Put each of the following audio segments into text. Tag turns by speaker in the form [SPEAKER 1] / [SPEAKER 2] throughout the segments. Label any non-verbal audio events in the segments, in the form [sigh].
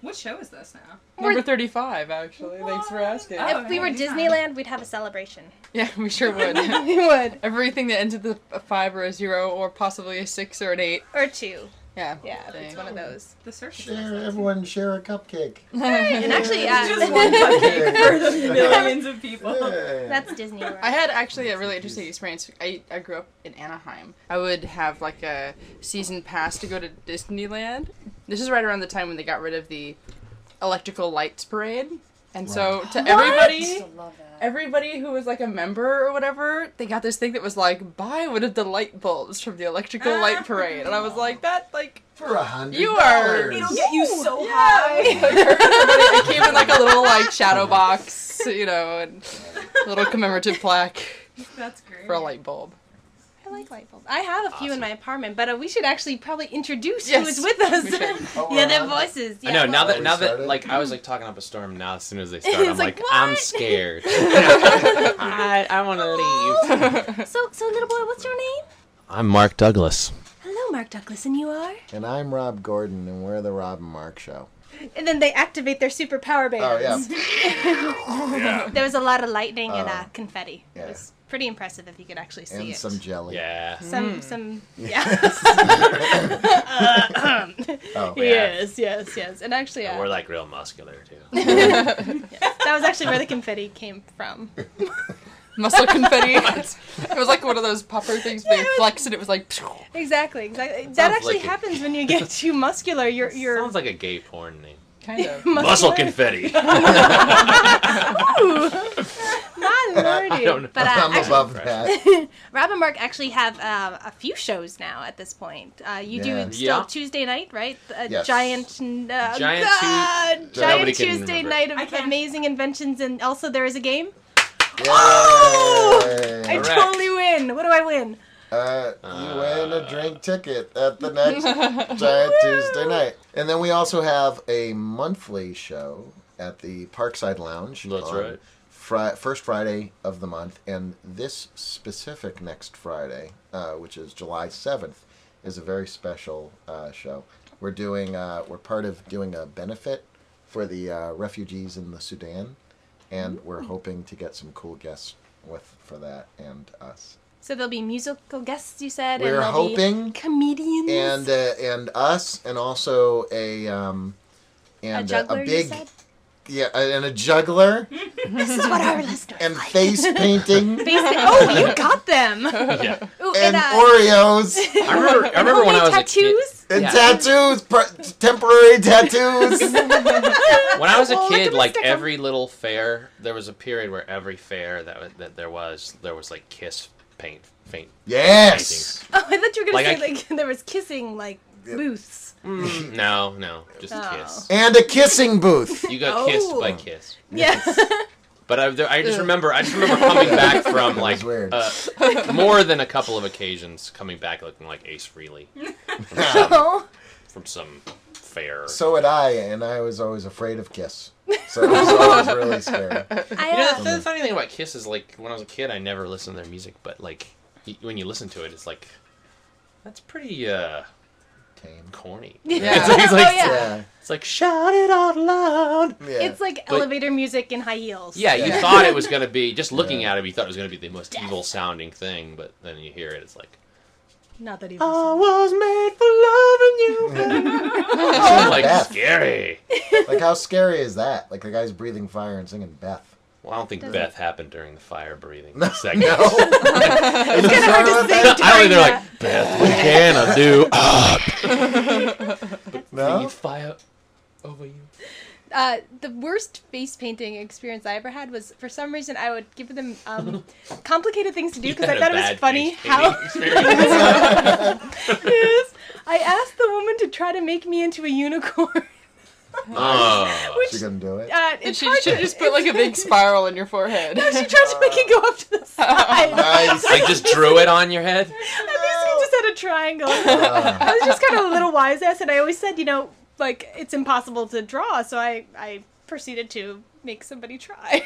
[SPEAKER 1] What show is this now?
[SPEAKER 2] Number 35, actually. Thanks for asking.
[SPEAKER 1] Oh.
[SPEAKER 3] If we were Disneyland, we'd have a celebration.
[SPEAKER 2] [laughs] Yeah, we sure would.
[SPEAKER 3] [laughs] We would.
[SPEAKER 2] Everything that ended with a 5 or a 0 or possibly a 6 or an 8.
[SPEAKER 3] Or two.
[SPEAKER 2] Yeah.
[SPEAKER 3] Yeah, it's
[SPEAKER 2] Dang.
[SPEAKER 3] one of those.
[SPEAKER 1] The search.
[SPEAKER 4] Share, everyone share a cupcake.
[SPEAKER 3] And actually, uh,
[SPEAKER 2] [laughs]
[SPEAKER 1] Just one
[SPEAKER 3] yeah.
[SPEAKER 1] [laughs] cupcake for the millions of people.
[SPEAKER 4] Yeah.
[SPEAKER 3] That's Disney World.
[SPEAKER 2] I had actually a really interesting experience. I, I grew up in Anaheim. I would have like a season pass to go to Disneyland. This is right around the time when they got rid of the electrical lights parade. And so to everybody everybody who was like a member or whatever, they got this thing that was like buy one of the light bulbs from the electrical
[SPEAKER 3] Ah.
[SPEAKER 2] light parade. And I was like that
[SPEAKER 3] [laughs]
[SPEAKER 2] like
[SPEAKER 4] for a hundred.
[SPEAKER 2] You are-
[SPEAKER 4] dollars.
[SPEAKER 1] It'll get you so
[SPEAKER 2] [laughs] Yeah.
[SPEAKER 1] high.
[SPEAKER 2] it came in like a little like shadow box, you know, and a little commemorative plaque
[SPEAKER 1] That's great.
[SPEAKER 2] for a light bulb.
[SPEAKER 3] I like light bulbs. I have a few in my apartment, but uh, we should actually probably introduce
[SPEAKER 2] Yes,
[SPEAKER 3] who is with us.
[SPEAKER 2] we should.
[SPEAKER 4] Oh,
[SPEAKER 3] [laughs] yeah,
[SPEAKER 4] we're
[SPEAKER 3] their
[SPEAKER 4] on.
[SPEAKER 3] voices. Yeah,
[SPEAKER 5] I know. Now
[SPEAKER 3] well,
[SPEAKER 5] that now that
[SPEAKER 4] started?
[SPEAKER 5] like I was like talking up a storm. Now as soon as
[SPEAKER 3] [laughs]
[SPEAKER 5] they start, I'm
[SPEAKER 3] like,
[SPEAKER 5] like, I'm
[SPEAKER 3] what? [laughs]
[SPEAKER 5] scared. I I [laughs] want to leave.
[SPEAKER 3] So, so little boy, what's your name?
[SPEAKER 5] I'm Mark Douglas.
[SPEAKER 3] Hello, Mark Douglas, and you are?
[SPEAKER 4] And I'm Rob Gordon, and we're the Rob and Mark Show.
[SPEAKER 3] And then they activate their superpower
[SPEAKER 4] Oh yeah,
[SPEAKER 3] bands. [laughs] There was a lot of lightning and uh, confetti. It
[SPEAKER 4] yeah.
[SPEAKER 3] was pretty impressive if you could actually see
[SPEAKER 4] and
[SPEAKER 3] it.
[SPEAKER 4] some jelly.
[SPEAKER 5] Yeah.
[SPEAKER 2] Hmm.
[SPEAKER 3] some, some, yeah.
[SPEAKER 4] Oh,
[SPEAKER 3] [laughs] yes, yes, yes. And actually,
[SPEAKER 5] And
[SPEAKER 3] uh,
[SPEAKER 5] we're like real muscular
[SPEAKER 3] [laughs]
[SPEAKER 5] too.
[SPEAKER 3] that was actually where the confetti came from.
[SPEAKER 2] [laughs] Muscle
[SPEAKER 3] [laughs]
[SPEAKER 2] confetti. it was like one of those popper things they flex and it was like
[SPEAKER 3] Exactly, exactly. That actually
[SPEAKER 5] like it.
[SPEAKER 3] happens when
[SPEAKER 5] [laughs]
[SPEAKER 3] you get too muscular. You're, you're
[SPEAKER 5] Sounds like a gay porn name.
[SPEAKER 2] kind of.
[SPEAKER 5] Muscle
[SPEAKER 3] muscular. [laughs]
[SPEAKER 5] confetti.
[SPEAKER 3] My lordy.
[SPEAKER 5] [laughs] I don't know.
[SPEAKER 3] But uh,
[SPEAKER 4] [laughs] I'm
[SPEAKER 3] actually, [laughs]
[SPEAKER 4] above that.
[SPEAKER 3] Rob and Mark actually have uh, a few shows now at this point. Uh, you
[SPEAKER 4] Yeah.
[SPEAKER 3] do still
[SPEAKER 5] Yeah.
[SPEAKER 3] Tuesday night, right? A
[SPEAKER 4] Yes.
[SPEAKER 3] giant, uh,
[SPEAKER 5] Giant Tu-
[SPEAKER 3] ah,
[SPEAKER 5] Nobody
[SPEAKER 3] giant
[SPEAKER 5] can
[SPEAKER 3] Tuesday
[SPEAKER 5] remember.
[SPEAKER 3] night
[SPEAKER 1] I
[SPEAKER 3] of
[SPEAKER 1] can.
[SPEAKER 3] amazing inventions, and also there is a game. I
[SPEAKER 4] Oh!
[SPEAKER 5] Correct.
[SPEAKER 3] totally win. What do I win?
[SPEAKER 4] Uh, you win a drink ticket at the next
[SPEAKER 5] [laughs]
[SPEAKER 4] Giant Tuesday night. And then we also have a monthly show at the Parkside Lounge.
[SPEAKER 5] That's
[SPEAKER 4] on
[SPEAKER 5] right.
[SPEAKER 4] Fri- first Friday of the month, and this specific next Friday, uh, which is July 7th, is a very special uh, show. We're doing, uh, we're part of doing a benefit for the uh, refugees in the Sudan, and we're hoping to get some cool guests with for that and us.
[SPEAKER 3] So there'll be musical guests, you said. and
[SPEAKER 4] We're
[SPEAKER 3] there'll
[SPEAKER 4] hoping-
[SPEAKER 3] be comedians.
[SPEAKER 4] and uh, and us and also a um
[SPEAKER 3] a
[SPEAKER 4] and a,
[SPEAKER 3] juggler,
[SPEAKER 4] a big
[SPEAKER 3] you said. Hmm?
[SPEAKER 4] yeah and a juggler
[SPEAKER 3] This is what our listeners
[SPEAKER 4] [laughs] and
[SPEAKER 3] like. [laughs]
[SPEAKER 4] face painting and,
[SPEAKER 3] Basically- oh, you got them. Ooh,
[SPEAKER 5] Yeah.
[SPEAKER 3] and, uh,
[SPEAKER 4] Oreos
[SPEAKER 3] [laughs]
[SPEAKER 5] I remember. I remember when I
[SPEAKER 3] homemade
[SPEAKER 5] was
[SPEAKER 3] tattoos? [laughs]
[SPEAKER 5] a kid.
[SPEAKER 4] and
[SPEAKER 5] Yeah.
[SPEAKER 4] tattoos per- temporary tattoos
[SPEAKER 5] When I was a
[SPEAKER 3] Oh, look at
[SPEAKER 5] kid,
[SPEAKER 3] my
[SPEAKER 5] like
[SPEAKER 3] sticker.
[SPEAKER 5] every little fair, there was a period where every fair that wa- that there was, there was like kiss paint paint.
[SPEAKER 4] yes
[SPEAKER 3] Oh, I thought you were gonna
[SPEAKER 5] Like,
[SPEAKER 3] say
[SPEAKER 5] I-
[SPEAKER 3] like [laughs] there was kissing like booths. Mm.
[SPEAKER 5] No, no, just
[SPEAKER 3] Oh.
[SPEAKER 5] kiss.
[SPEAKER 4] and a kissing
[SPEAKER 5] [laughs]
[SPEAKER 4] booth
[SPEAKER 5] You got kissed by
[SPEAKER 3] Oh.
[SPEAKER 5] kiss.
[SPEAKER 3] Yes.
[SPEAKER 5] But I, there- I just remember, I just remember coming back from like
[SPEAKER 4] was weird.
[SPEAKER 5] uh, more than a couple of occasions coming back looking like Ace Frehley Um,
[SPEAKER 3] Oh.
[SPEAKER 5] from some fair.
[SPEAKER 4] so had I and I was always afraid of kiss so it was always really scary
[SPEAKER 3] I,
[SPEAKER 5] you know,
[SPEAKER 3] uh,
[SPEAKER 5] the,
[SPEAKER 4] um,
[SPEAKER 5] the funny thing about Kiss is like when I was a kid, I never listened to their music, but like y- when you listen to it, it's like that's pretty uh
[SPEAKER 4] Tame.
[SPEAKER 5] corny.
[SPEAKER 2] Yeah.
[SPEAKER 5] It's like,
[SPEAKER 3] Oh, [laughs] yeah.
[SPEAKER 4] yeah
[SPEAKER 5] it's like shout it out loud.
[SPEAKER 4] yeah
[SPEAKER 3] It's like
[SPEAKER 5] But-
[SPEAKER 3] elevator music in high heels.
[SPEAKER 5] Yeah, you thought it was gonna be just looking
[SPEAKER 4] [laughs] Yeah.
[SPEAKER 5] at it, you thought it was gonna be the most evil sounding thing, but then you hear it, it's like
[SPEAKER 3] Not that he
[SPEAKER 5] I
[SPEAKER 4] Oh,
[SPEAKER 3] was.
[SPEAKER 5] was made for loving you. I'm like
[SPEAKER 4] Beth.
[SPEAKER 5] scary.
[SPEAKER 4] like how scary is that like the guy's breathing fire and singing Beth
[SPEAKER 5] Well, I don't think
[SPEAKER 3] Doesn't-
[SPEAKER 5] Beth happened during the
[SPEAKER 4] [laughs]
[SPEAKER 5] fire breathing [laughs]
[SPEAKER 4] No.
[SPEAKER 5] segment.
[SPEAKER 4] it's kind
[SPEAKER 3] hard to say
[SPEAKER 5] I don't think they're
[SPEAKER 3] Yeah. [laughs]
[SPEAKER 5] like Beth. What can I do? Ah,
[SPEAKER 4] no
[SPEAKER 5] fire over you.
[SPEAKER 3] Uh, the worst face painting experience I ever had was for some reason I would give them um,
[SPEAKER 5] [laughs]
[SPEAKER 3] complicated things to do because I
[SPEAKER 5] had a
[SPEAKER 3] thought it was
[SPEAKER 5] bad
[SPEAKER 3] funny
[SPEAKER 5] face
[SPEAKER 3] how [laughs]
[SPEAKER 5] painting experience. [laughs]
[SPEAKER 3] Yes. I asked the woman to try to make me into a unicorn.
[SPEAKER 5] oh.
[SPEAKER 3] Which
[SPEAKER 4] she gonna do it
[SPEAKER 3] uh,
[SPEAKER 2] And
[SPEAKER 3] it's
[SPEAKER 2] she
[SPEAKER 3] hard
[SPEAKER 2] should
[SPEAKER 3] to-
[SPEAKER 2] just put like a
[SPEAKER 3] [laughs]
[SPEAKER 2] big spiral in your forehead. [laughs]
[SPEAKER 3] she tried to make it go up to
[SPEAKER 2] Oh,
[SPEAKER 3] the [laughs] side.
[SPEAKER 4] nice
[SPEAKER 5] Like just drew it on your head.
[SPEAKER 3] I basically just had a
[SPEAKER 2] [laughs]
[SPEAKER 3] triangle. [laughs] I was just kind of a little wise ass, and I always said, you know, like it's impossible to draw. So I, I proceeded to make somebody
[SPEAKER 2] [laughs]
[SPEAKER 3] try.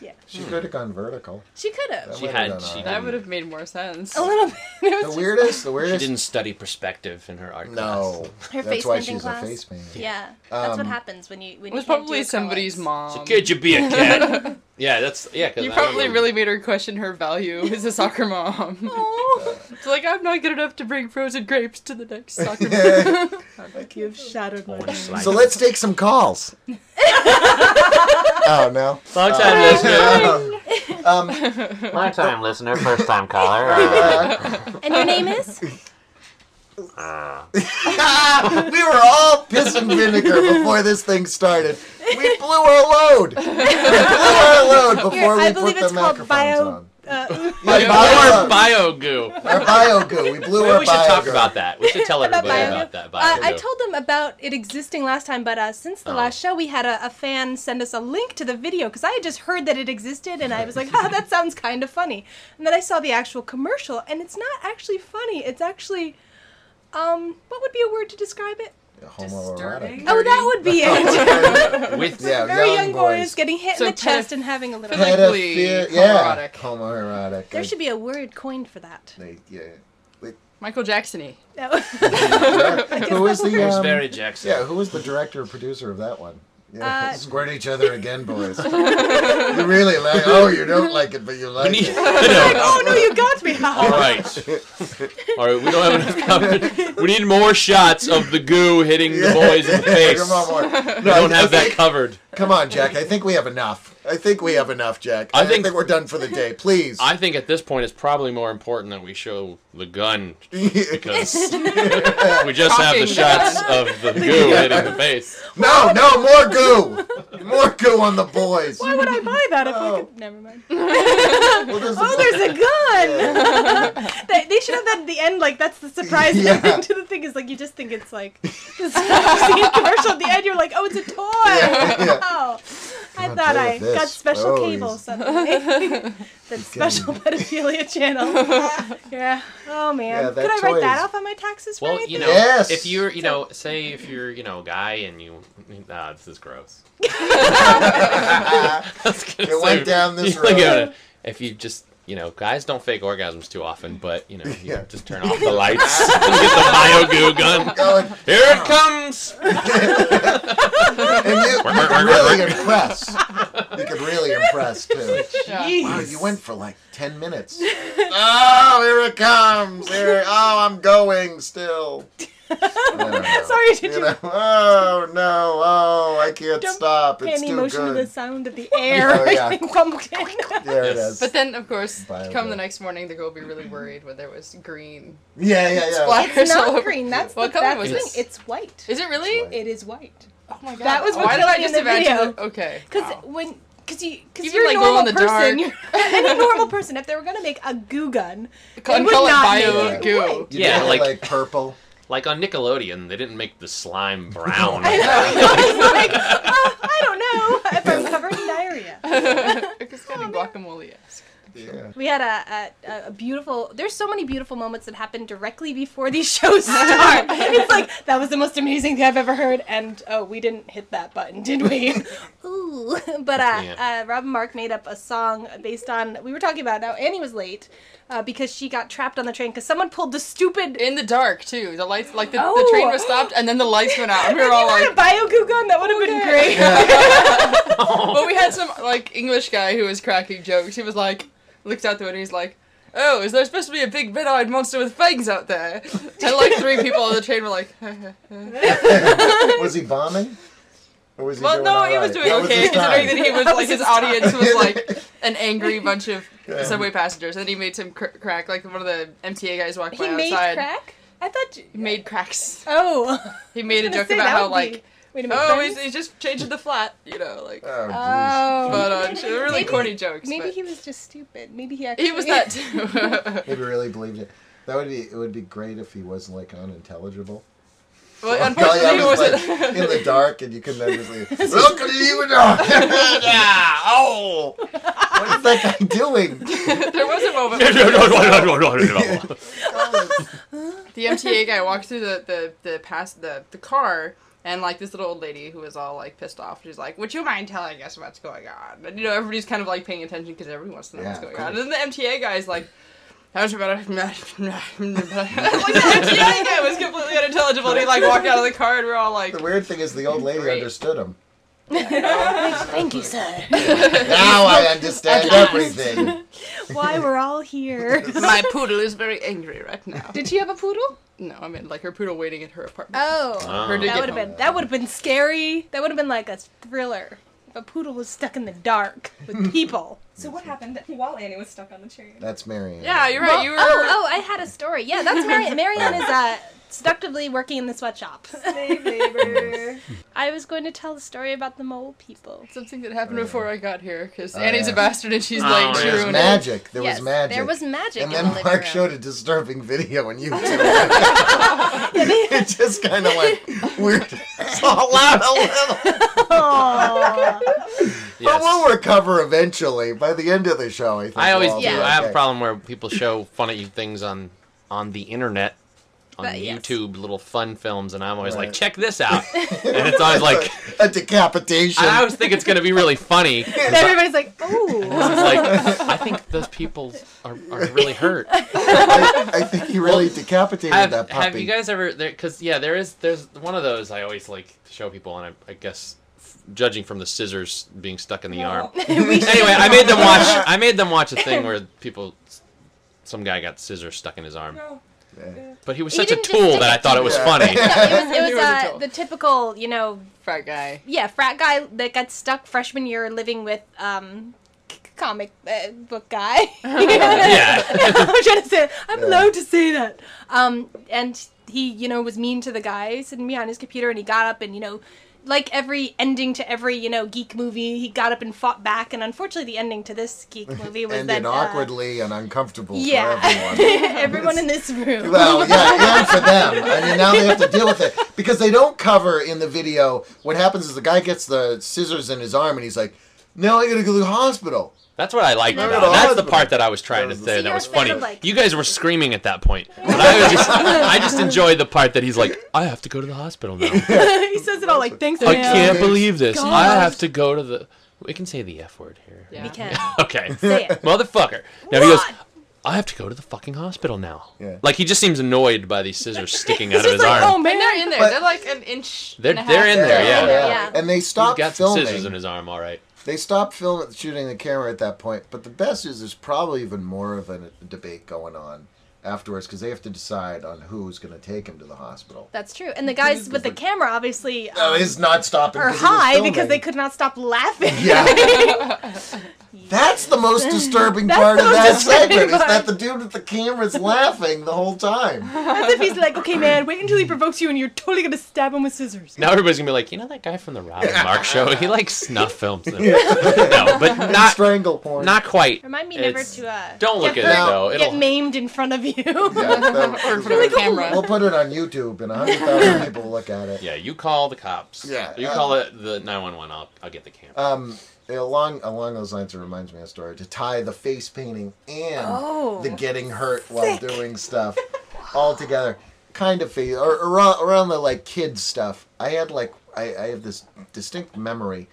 [SPEAKER 3] yeah,
[SPEAKER 4] She could have gone vertical.
[SPEAKER 3] she could have.
[SPEAKER 4] That
[SPEAKER 5] She
[SPEAKER 4] would've
[SPEAKER 5] had-
[SPEAKER 4] done
[SPEAKER 5] she-
[SPEAKER 4] all right.
[SPEAKER 2] That would have made more sense.
[SPEAKER 3] A little bit. It was
[SPEAKER 4] The
[SPEAKER 3] just-
[SPEAKER 4] weirdest, the
[SPEAKER 5] She
[SPEAKER 4] weirdest.
[SPEAKER 5] didn't study perspective in her art
[SPEAKER 4] No,
[SPEAKER 3] Her
[SPEAKER 4] that's
[SPEAKER 3] face
[SPEAKER 4] why
[SPEAKER 3] painting
[SPEAKER 4] she's
[SPEAKER 3] class.
[SPEAKER 4] a face painter.
[SPEAKER 3] Yeah, that's
[SPEAKER 4] Um,
[SPEAKER 3] what happens when you. When
[SPEAKER 2] It was
[SPEAKER 3] you can't do
[SPEAKER 2] probably
[SPEAKER 3] it
[SPEAKER 2] somebody's
[SPEAKER 3] colors.
[SPEAKER 2] mom.
[SPEAKER 5] class. Could you be
[SPEAKER 3] [laughs]
[SPEAKER 5] a cat? yeah, that's yeah. 'cause
[SPEAKER 2] You
[SPEAKER 5] I
[SPEAKER 2] probably
[SPEAKER 5] remember-
[SPEAKER 2] really made her question her value as a soccer mom.
[SPEAKER 3] [laughs] Aw.
[SPEAKER 2] it's like I'm not good enough to bring frozen grapes to the next
[SPEAKER 3] [laughs]
[SPEAKER 2] soccer match.
[SPEAKER 3] You've shattered my.
[SPEAKER 5] Orange slice.
[SPEAKER 4] So let's take
[SPEAKER 3] [laughs]
[SPEAKER 4] some calls. oh no.
[SPEAKER 5] long time
[SPEAKER 4] [laughs]
[SPEAKER 5] listener.
[SPEAKER 3] [laughs]
[SPEAKER 4] Um,
[SPEAKER 6] Long time listener, first time caller.
[SPEAKER 4] uh,
[SPEAKER 3] And your name is?
[SPEAKER 2] [laughs]
[SPEAKER 6] uh,
[SPEAKER 4] [laughs] we were all piss and vinegar before this thing started. We blew our load. We blew our load
[SPEAKER 3] Your-
[SPEAKER 4] before we
[SPEAKER 3] I
[SPEAKER 4] put
[SPEAKER 3] believe
[SPEAKER 4] the
[SPEAKER 3] it's called
[SPEAKER 4] microphones
[SPEAKER 3] bio.
[SPEAKER 4] on.
[SPEAKER 3] Uh,
[SPEAKER 4] Yeah,
[SPEAKER 5] Bio-
[SPEAKER 4] bio,
[SPEAKER 5] Our bio goo.
[SPEAKER 4] our bio goo. We blew
[SPEAKER 5] Maybe
[SPEAKER 4] our
[SPEAKER 5] we should
[SPEAKER 4] bio
[SPEAKER 5] talk
[SPEAKER 4] goo.
[SPEAKER 5] about that. We should tell
[SPEAKER 3] About
[SPEAKER 5] everybody
[SPEAKER 3] bio
[SPEAKER 5] about
[SPEAKER 3] goo.
[SPEAKER 5] that. Bio
[SPEAKER 3] uh, I
[SPEAKER 5] goo.
[SPEAKER 3] told them about it existing last time, but uh, since the
[SPEAKER 5] Oh.
[SPEAKER 3] last show, we had a, a fan send us a link to the video because I had just heard that it existed, and I was like, "Ah, that sounds kind of funny." And then I saw the actual commercial, and it's not actually funny. It's actually, um, what would be a word to describe it?
[SPEAKER 1] Disturbing.
[SPEAKER 4] Homoerotic.
[SPEAKER 3] Oh, that would be
[SPEAKER 4] [laughs]
[SPEAKER 3] it.
[SPEAKER 5] with
[SPEAKER 3] [laughs]
[SPEAKER 4] Yeah,
[SPEAKER 3] Very young, boy
[SPEAKER 4] boys.
[SPEAKER 3] is getting hit
[SPEAKER 2] So
[SPEAKER 3] in the chest
[SPEAKER 2] pedoph-
[SPEAKER 3] and having a little.
[SPEAKER 2] pedoph-
[SPEAKER 4] Pedophilia. Yeah.
[SPEAKER 2] Homoerotic.
[SPEAKER 4] Homoerotic.
[SPEAKER 3] there should be a word coined for that. [laughs]
[SPEAKER 4] They, yeah.
[SPEAKER 2] Michael Jacksony.
[SPEAKER 3] No.
[SPEAKER 4] [laughs] Who is the
[SPEAKER 5] Who's
[SPEAKER 4] um,
[SPEAKER 5] Barry Jackson?
[SPEAKER 4] Yeah,
[SPEAKER 5] [laughs]
[SPEAKER 4] who was the director or producer of that one? Yeah,
[SPEAKER 3] Uh,
[SPEAKER 4] [laughs] squirt each other again, boys. you really like? Oh, you don't like it, but you like
[SPEAKER 5] need-
[SPEAKER 4] it.
[SPEAKER 3] oh no, you got me.
[SPEAKER 5] All right.
[SPEAKER 4] [laughs]
[SPEAKER 5] All right, we don't have enough coverage. We need more shots of the goo hitting [laughs] the
[SPEAKER 4] [laughs]
[SPEAKER 5] boys in the face.
[SPEAKER 4] Come on,
[SPEAKER 5] We
[SPEAKER 4] boy. No,
[SPEAKER 5] don't
[SPEAKER 4] I
[SPEAKER 5] have that
[SPEAKER 4] think-
[SPEAKER 5] covered.
[SPEAKER 4] Come on, Jack. I think we have enough. I think we have enough, Jack.
[SPEAKER 5] I
[SPEAKER 4] I,
[SPEAKER 5] think-
[SPEAKER 4] think, we're done for the day. Please. [laughs]
[SPEAKER 5] I think at this point it's probably more important that we show the gun
[SPEAKER 4] [laughs]
[SPEAKER 5] because we just have the
[SPEAKER 2] Talking
[SPEAKER 5] shots of the goo hitting the face.
[SPEAKER 4] no, no, more goo. More goo on the boys.
[SPEAKER 3] Why would I buy that if I
[SPEAKER 4] Oh.
[SPEAKER 3] could? Never mind.
[SPEAKER 4] Well, there's a-
[SPEAKER 3] Oh, there's a gun. they, they should have that at the end. Like that's the surprise
[SPEAKER 4] Yeah.
[SPEAKER 3] thing [laughs] to the thing is like you just think it's like this you see a [laughs] commercial at the end. You're like, oh, it's a toy.
[SPEAKER 4] [laughs] Yeah, yeah.
[SPEAKER 3] Wow. I
[SPEAKER 4] Come on,
[SPEAKER 3] thought
[SPEAKER 4] play
[SPEAKER 3] I
[SPEAKER 4] with this.
[SPEAKER 3] got special
[SPEAKER 4] Oh,
[SPEAKER 3] cable
[SPEAKER 4] he's- [laughs]
[SPEAKER 3] suddenly. [laughs] that special pedophilia channel. yeah. Oh man.
[SPEAKER 4] Yeah, that
[SPEAKER 3] Could I write
[SPEAKER 4] toy
[SPEAKER 3] that
[SPEAKER 4] is-
[SPEAKER 3] off on my taxes for
[SPEAKER 5] Well,
[SPEAKER 3] anything?
[SPEAKER 5] you know,
[SPEAKER 4] Yes.
[SPEAKER 5] if you're, you know, say if you're, you know, a guy and you, nah, this is gross. [laughs] I was gonna
[SPEAKER 4] It went down this
[SPEAKER 5] you look
[SPEAKER 4] road.
[SPEAKER 5] at it, If you just, you know, guys don't fake orgasms too often, but you know, you
[SPEAKER 4] Yeah.
[SPEAKER 5] just turn off the lights [laughs] and get the bio goo gun.
[SPEAKER 4] going.
[SPEAKER 5] Here it comes.
[SPEAKER 4] [laughs] And you, you could really impress. You could really impress too. Wow,
[SPEAKER 3] [laughs]
[SPEAKER 4] you went for like ten minutes. oh, here it comes! Here, oh, I'm going still. I don't know.
[SPEAKER 3] Sorry, did
[SPEAKER 4] You
[SPEAKER 3] you?
[SPEAKER 4] know, [laughs] oh no! Oh, I can't
[SPEAKER 3] Don't
[SPEAKER 4] stop.
[SPEAKER 3] Pay
[SPEAKER 4] It's
[SPEAKER 3] any
[SPEAKER 4] too
[SPEAKER 3] emotion
[SPEAKER 4] good.
[SPEAKER 3] to the sound of the air.
[SPEAKER 4] [laughs]
[SPEAKER 3] [laughs]
[SPEAKER 4] Oh, yeah.
[SPEAKER 3] Pumpkin.
[SPEAKER 4] There it
[SPEAKER 5] Yes.
[SPEAKER 4] is.
[SPEAKER 2] But then, of course,
[SPEAKER 4] Bio
[SPEAKER 2] come
[SPEAKER 4] goo.
[SPEAKER 2] the next morning, the girl will be really worried when there was green.
[SPEAKER 4] yeah, yeah, yeah.
[SPEAKER 2] Splash.
[SPEAKER 3] It's
[SPEAKER 2] So-
[SPEAKER 3] not green. That's
[SPEAKER 2] What
[SPEAKER 3] the
[SPEAKER 2] color
[SPEAKER 3] that's
[SPEAKER 2] was
[SPEAKER 3] the
[SPEAKER 5] this?
[SPEAKER 3] thing. It's white.
[SPEAKER 2] Is it really?
[SPEAKER 4] It's
[SPEAKER 3] It is white.
[SPEAKER 2] Oh my god.
[SPEAKER 3] That was what
[SPEAKER 2] Why did I
[SPEAKER 3] was
[SPEAKER 2] just
[SPEAKER 3] in the
[SPEAKER 2] imagine?
[SPEAKER 3] video.
[SPEAKER 2] that- Okay.
[SPEAKER 3] Because
[SPEAKER 2] Wow.
[SPEAKER 3] when because you because
[SPEAKER 2] Even
[SPEAKER 3] you're a
[SPEAKER 2] like glow
[SPEAKER 3] normal
[SPEAKER 2] in the
[SPEAKER 3] person,
[SPEAKER 2] dark.
[SPEAKER 3] you're, [laughs] any normal person, if they were gonna make a goo gun, [laughs]
[SPEAKER 2] Call-
[SPEAKER 3] it would
[SPEAKER 2] call it
[SPEAKER 3] not
[SPEAKER 2] bio
[SPEAKER 3] make it
[SPEAKER 2] goo.
[SPEAKER 3] white.
[SPEAKER 4] You
[SPEAKER 5] Yeah,
[SPEAKER 4] did it,
[SPEAKER 5] like-
[SPEAKER 4] purple.
[SPEAKER 5] Like on Nickelodeon, they didn't make
[SPEAKER 4] [laughs]
[SPEAKER 5] the slime brown.
[SPEAKER 3] I know. [laughs] I was like, oh, I don't know if I'm covered in diarrhea.
[SPEAKER 2] [laughs] it's kind of
[SPEAKER 3] [laughs]
[SPEAKER 2] guacamole esque.
[SPEAKER 3] Oh,
[SPEAKER 4] Yeah.
[SPEAKER 3] We had a, a, a beautiful. There's so many beautiful moments that happen directly before these [laughs] shows start. it's like that was the most amazing thing I've ever heard, and oh, we didn't hit that button, did
[SPEAKER 2] [laughs]
[SPEAKER 3] we? [laughs] Ooh, but uh,
[SPEAKER 5] Yeah.
[SPEAKER 3] uh, Rob and Mark made up a song based on. We were talking about now. Annie was late uh, because she got trapped on the train because someone pulled the stupid.
[SPEAKER 2] In the dark too. The lights, like the, the
[SPEAKER 3] Oh.
[SPEAKER 2] train was stopped, and then the lights went out. And we
[SPEAKER 3] [laughs] If
[SPEAKER 2] were
[SPEAKER 3] you
[SPEAKER 2] all
[SPEAKER 3] had
[SPEAKER 2] like, "Oh
[SPEAKER 3] a bio goo gun, that would have been great.
[SPEAKER 2] Well, we had some like English guy who was cracking jokes. He was like, looked out the window. He's like, "Oh, is there supposed to be a big red-eyed monster with fangs out there?" And like three people on the train were like, [laughs]
[SPEAKER 4] [laughs] Was he bombing? Or was he
[SPEAKER 2] "Well,
[SPEAKER 4] doing
[SPEAKER 2] no,
[SPEAKER 4] all
[SPEAKER 2] he was
[SPEAKER 4] right?
[SPEAKER 2] doing
[SPEAKER 4] What
[SPEAKER 2] okay."
[SPEAKER 4] his
[SPEAKER 2] Considering that [laughs]
[SPEAKER 4] time?
[SPEAKER 2] he was like
[SPEAKER 3] That was
[SPEAKER 2] his
[SPEAKER 3] his
[SPEAKER 2] audience
[SPEAKER 4] time.
[SPEAKER 2] was
[SPEAKER 3] [laughs]
[SPEAKER 2] like an angry bunch of
[SPEAKER 4] Yeah.
[SPEAKER 2] subway passengers, and he made some cr- crack. Like one of the MTA guys walked by
[SPEAKER 3] he made
[SPEAKER 2] outside.
[SPEAKER 3] crack. I thought. You,
[SPEAKER 2] He made cracks.
[SPEAKER 3] [laughs] oh.
[SPEAKER 2] He made a
[SPEAKER 3] gonna
[SPEAKER 2] joke
[SPEAKER 3] [laughs] say
[SPEAKER 2] about
[SPEAKER 3] that
[SPEAKER 2] how
[SPEAKER 3] would be-
[SPEAKER 2] like,
[SPEAKER 3] Wait a minute.
[SPEAKER 2] "Oh,
[SPEAKER 3] friends?
[SPEAKER 2] he's, he's just changing the flat," you know, like.
[SPEAKER 4] Oh, jeez.
[SPEAKER 3] Oh.
[SPEAKER 2] But uh, really
[SPEAKER 3] Maybe-
[SPEAKER 2] corny jokes.
[SPEAKER 3] Maybe
[SPEAKER 2] but-
[SPEAKER 3] he was just stupid. Maybe he actually
[SPEAKER 2] He
[SPEAKER 3] [laughs]
[SPEAKER 2] was that too. [laughs]
[SPEAKER 4] Maybe really believed it. That would be. It would be great if he was like unintelligible.
[SPEAKER 2] well,
[SPEAKER 4] Kelly, I
[SPEAKER 2] unfortunately, he
[SPEAKER 4] was,
[SPEAKER 2] wasn't.
[SPEAKER 4] like, [laughs] in the dark, and you couldn't understand. Look at you! Yeah.
[SPEAKER 5] [laughs]
[SPEAKER 4] Oh. What is that guy
[SPEAKER 2] [laughs]
[SPEAKER 4] doing?
[SPEAKER 2] there was a moment.
[SPEAKER 4] [laughs]
[SPEAKER 5] That's
[SPEAKER 4] God,
[SPEAKER 2] the MTA guy walked through the the the past the the car And like this little old lady who was all like pissed off, she's like, "Would you mind telling us what's going on?" And you know, everybody's kind of like paying attention because everyone wants to know
[SPEAKER 4] Yeah,
[SPEAKER 2] what's
[SPEAKER 4] of
[SPEAKER 2] going on. And
[SPEAKER 4] course.
[SPEAKER 2] then the MTA guy's like, "How's your better?" [laughs] like the MTA guy was completely unintelligible. And he like walked out of the car, and we're all like,
[SPEAKER 4] The weird thing is the old lady
[SPEAKER 2] Great.
[SPEAKER 4] understood him.
[SPEAKER 3] Thank you, sir.
[SPEAKER 4] Now I
[SPEAKER 2] [laughs]
[SPEAKER 4] understand everything.
[SPEAKER 3] Why we're all here.
[SPEAKER 2] [laughs] "My poodle is very angry right now."
[SPEAKER 3] Did she have a poodle?
[SPEAKER 2] No, I mean like her poodle waiting at her apartment.
[SPEAKER 3] Oh,
[SPEAKER 5] Oh.
[SPEAKER 2] Her to
[SPEAKER 3] that
[SPEAKER 2] get
[SPEAKER 3] would have been that would have been scary. That would have been like a thriller. If a poodle was stuck in the dark with people.
[SPEAKER 1] So what happened while Annie was stuck on the train?
[SPEAKER 4] That's Marianne.
[SPEAKER 2] Yeah, you're right.
[SPEAKER 3] Well,
[SPEAKER 2] you were.
[SPEAKER 3] Oh, oh, I had a story. Yeah, that's Marianne. Marianne is uh, seductively working in the sweatshop.
[SPEAKER 1] Slave labor.
[SPEAKER 3] I was going to tell the story about the mole people.
[SPEAKER 2] Something that happened
[SPEAKER 4] Oh, yeah.
[SPEAKER 2] before I got here because
[SPEAKER 4] Oh,
[SPEAKER 2] Annie's
[SPEAKER 4] yeah.
[SPEAKER 2] a bastard and she's
[SPEAKER 5] Oh,
[SPEAKER 2] like she
[SPEAKER 5] yeah.
[SPEAKER 4] There was
[SPEAKER 2] ruined it.
[SPEAKER 4] magic. There
[SPEAKER 7] yes,
[SPEAKER 4] was magic.
[SPEAKER 7] There was magic.
[SPEAKER 4] and
[SPEAKER 7] in
[SPEAKER 4] then
[SPEAKER 7] the living
[SPEAKER 4] Mark
[SPEAKER 7] room.
[SPEAKER 4] showed a disturbing video
[SPEAKER 3] [laughs]
[SPEAKER 4] on YouTube. [laughs] it just kind of
[SPEAKER 3] [laughs]
[SPEAKER 4] went weird. It's all out a little.
[SPEAKER 3] Aww.
[SPEAKER 4] But
[SPEAKER 5] Yes.
[SPEAKER 4] we'll recover eventually by the end of the show. I think.
[SPEAKER 5] I always
[SPEAKER 4] we'll all
[SPEAKER 5] do.
[SPEAKER 4] be
[SPEAKER 5] I have
[SPEAKER 4] okay.
[SPEAKER 5] a problem where people show funny things on on the internet, on
[SPEAKER 7] But yes.
[SPEAKER 5] YouTube, little fun films, and I'm always
[SPEAKER 4] Right.
[SPEAKER 5] like, check
[SPEAKER 4] [laughs]
[SPEAKER 5] this out, and it's always like,
[SPEAKER 4] a decapitation.
[SPEAKER 5] and I always think it's gonna be really [laughs] funny. It's
[SPEAKER 3] Everybody's like, oh.
[SPEAKER 5] like I think those people are, are really hurt.
[SPEAKER 4] I, I think he really decapitated
[SPEAKER 5] Have,
[SPEAKER 4] that puppy.
[SPEAKER 5] have you guys ever? Because yeah, there is there's one of those I always like to show people, and I, I guess f- judging from the scissors being stuck in the [laughs] arm. anyway, I made them watch. I made them watch a thing where people, some guy got scissors stuck in his arm,
[SPEAKER 1] No.
[SPEAKER 4] Yeah.
[SPEAKER 5] but he was
[SPEAKER 7] He
[SPEAKER 5] such a
[SPEAKER 7] didn't just
[SPEAKER 5] tool
[SPEAKER 7] stick
[SPEAKER 5] that I
[SPEAKER 7] it
[SPEAKER 5] thought it was [laughs] funny.
[SPEAKER 7] No, it
[SPEAKER 3] [laughs]
[SPEAKER 7] was, it
[SPEAKER 2] He
[SPEAKER 7] was,
[SPEAKER 2] was a
[SPEAKER 7] uh,
[SPEAKER 2] doll.
[SPEAKER 7] the
[SPEAKER 3] The typical, you know,
[SPEAKER 2] frat guy.
[SPEAKER 3] yeah, frat guy that got stuck freshman year living with um c- comic uh, book guy. [laughs]
[SPEAKER 5] Yeah.
[SPEAKER 3] I'm trying to say I'm
[SPEAKER 4] Yeah.
[SPEAKER 3] allowed to say that. Um and he, you know, was mean to the guy sitting behind his computer and he got up and, you know, like every ending to every, you know, geek movie, he got up and fought back and unfortunately the ending to this
[SPEAKER 4] [laughs]
[SPEAKER 3] geek movie was
[SPEAKER 4] Ended
[SPEAKER 3] that uh,
[SPEAKER 4] awkwardly and uncomfortable
[SPEAKER 3] yeah.
[SPEAKER 4] for
[SPEAKER 3] [laughs]
[SPEAKER 4] everyone.
[SPEAKER 3] everyone in this room.
[SPEAKER 4] [laughs] Well, yeah, and for them. I mean, now they have to deal with it because they don't cover in the video. What happens is the guy gets the scissors in his arm, and he's like, "Now I gotta go to the hospital."
[SPEAKER 5] That's what I liked
[SPEAKER 4] No, no,
[SPEAKER 5] about
[SPEAKER 4] no,
[SPEAKER 5] it. That's the
[SPEAKER 4] husband.
[SPEAKER 5] part that I was trying to
[SPEAKER 4] So
[SPEAKER 5] say that
[SPEAKER 3] you're
[SPEAKER 5] was
[SPEAKER 3] a fan
[SPEAKER 5] funny.
[SPEAKER 3] of, like-
[SPEAKER 5] you guys were screaming at that point. But I
[SPEAKER 3] [laughs]
[SPEAKER 5] was just I just enjoyed the part that he's like, I have to go to the hospital now.
[SPEAKER 3] [laughs] he says it all like thanks
[SPEAKER 5] I
[SPEAKER 3] man."
[SPEAKER 5] can't believe this. I
[SPEAKER 3] God.
[SPEAKER 5] have to go to the we can say the F word here.
[SPEAKER 2] Yeah.
[SPEAKER 3] We can
[SPEAKER 5] [laughs] Okay.
[SPEAKER 3] say it.
[SPEAKER 5] Motherfucker. Now he goes,
[SPEAKER 3] What?
[SPEAKER 5] I have to go to the fucking hospital now.
[SPEAKER 4] Yeah.
[SPEAKER 5] Like he just seems annoyed by these scissors sticking out of
[SPEAKER 3] He's
[SPEAKER 5] his
[SPEAKER 3] just like,
[SPEAKER 5] arm.
[SPEAKER 3] oh man,
[SPEAKER 2] And they're in there.
[SPEAKER 4] But-
[SPEAKER 2] they're like an inch.
[SPEAKER 5] They're-
[SPEAKER 2] and a half.
[SPEAKER 5] they're in there, yeah.
[SPEAKER 3] Yeah.
[SPEAKER 4] And they
[SPEAKER 5] He's
[SPEAKER 4] stopped
[SPEAKER 5] got some
[SPEAKER 4] filming.
[SPEAKER 5] scissors in his arm, all right.
[SPEAKER 4] They stopped filming, shooting the camera at that point. But the best is there's probably even more of a debate going on afterwards because they have to decide on who's going to take him to the hospital.
[SPEAKER 3] That's true. And the guys with the camera obviously um,
[SPEAKER 4] Oh, he's not stopping.
[SPEAKER 3] are
[SPEAKER 4] 'cause he was
[SPEAKER 3] high because
[SPEAKER 4] filming.
[SPEAKER 3] they could not stop laughing.
[SPEAKER 4] Yeah. That's the most disturbing
[SPEAKER 3] That's
[SPEAKER 4] part
[SPEAKER 3] the
[SPEAKER 4] of
[SPEAKER 3] most
[SPEAKER 4] that
[SPEAKER 3] disturbing
[SPEAKER 4] segment is
[SPEAKER 3] part.
[SPEAKER 4] that the dude with the camera's laughing the whole time.
[SPEAKER 3] [laughs] As if he's like, okay, man, wait until he provokes you and you're totally going to stab him with scissors.
[SPEAKER 5] Now everybody's gonna be like, you know that guy from the Robin Mark show? He likes snuff films. no, but not
[SPEAKER 4] Strangle porn.
[SPEAKER 5] not quite.
[SPEAKER 3] Remind me
[SPEAKER 5] It's-
[SPEAKER 3] never to uh,
[SPEAKER 5] Don't look
[SPEAKER 3] get
[SPEAKER 5] at it
[SPEAKER 3] hurt,
[SPEAKER 5] though.
[SPEAKER 3] get
[SPEAKER 5] It'll
[SPEAKER 3] maimed in front of [laughs] you.
[SPEAKER 4] Oh, Yeah, that-
[SPEAKER 2] Or in front of a camera.
[SPEAKER 4] We'll put it on YouTube and 100,000 people look at it.
[SPEAKER 5] Yeah, you call the cops.
[SPEAKER 4] Yeah,
[SPEAKER 5] You
[SPEAKER 4] uh,
[SPEAKER 5] call it the 911. I'll, I'll get the camera.
[SPEAKER 4] Um, along along those lines, it reminds me of a story to tie the face painting and
[SPEAKER 3] Oh.
[SPEAKER 4] the getting hurt while doing stuff all together. Kind of face or around, around the like kids stuff. I had like I, I have this distinct memory.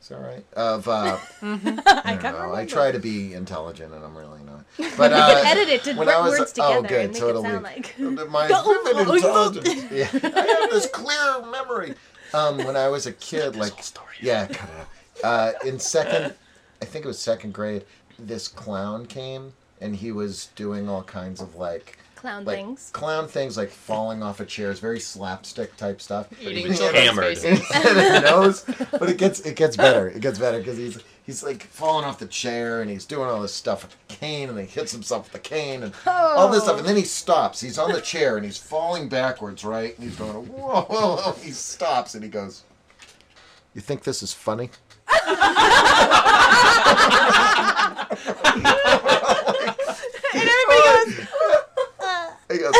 [SPEAKER 4] Is that right? Of
[SPEAKER 3] [laughs]
[SPEAKER 4] uh, I,
[SPEAKER 3] Mm-hmm. can't
[SPEAKER 4] don't know. I
[SPEAKER 3] remember.
[SPEAKER 4] try to be intelligent and I'm really not. But uh,
[SPEAKER 3] [laughs] Edit it to
[SPEAKER 4] when I
[SPEAKER 3] work
[SPEAKER 4] was-
[SPEAKER 3] words
[SPEAKER 4] oh,
[SPEAKER 3] together
[SPEAKER 4] good,
[SPEAKER 3] and make
[SPEAKER 4] totally.
[SPEAKER 3] it sound like.
[SPEAKER 4] my
[SPEAKER 3] Don't
[SPEAKER 4] vivid
[SPEAKER 3] look.
[SPEAKER 4] intelligence. Yeah, I have this clear memory. Um, when I was a kid, like
[SPEAKER 5] story.
[SPEAKER 4] yeah, cut it out. Uh, in second, I think it was second grade. This clown came and he was doing all kinds of like
[SPEAKER 3] Clown
[SPEAKER 4] like
[SPEAKER 3] things.
[SPEAKER 4] clown things, like falling off of chairs, very slapstick type stuff.
[SPEAKER 2] Eating
[SPEAKER 4] And he
[SPEAKER 2] children's
[SPEAKER 5] hammered.
[SPEAKER 2] faces.
[SPEAKER 4] [laughs] and it knows, but it gets it gets better. It gets better because he's he's like falling off the chair and he's doing all this stuff with the cane and he hits himself with the cane and
[SPEAKER 3] Oh.
[SPEAKER 4] all this stuff and then he stops. He's on the chair and he's falling backwards, right? And he's going whoa, whoa, whoa. [laughs] He stops and he goes, "You think this is funny?" [laughs]
[SPEAKER 3] And everybody goes,
[SPEAKER 4] Oh He goes,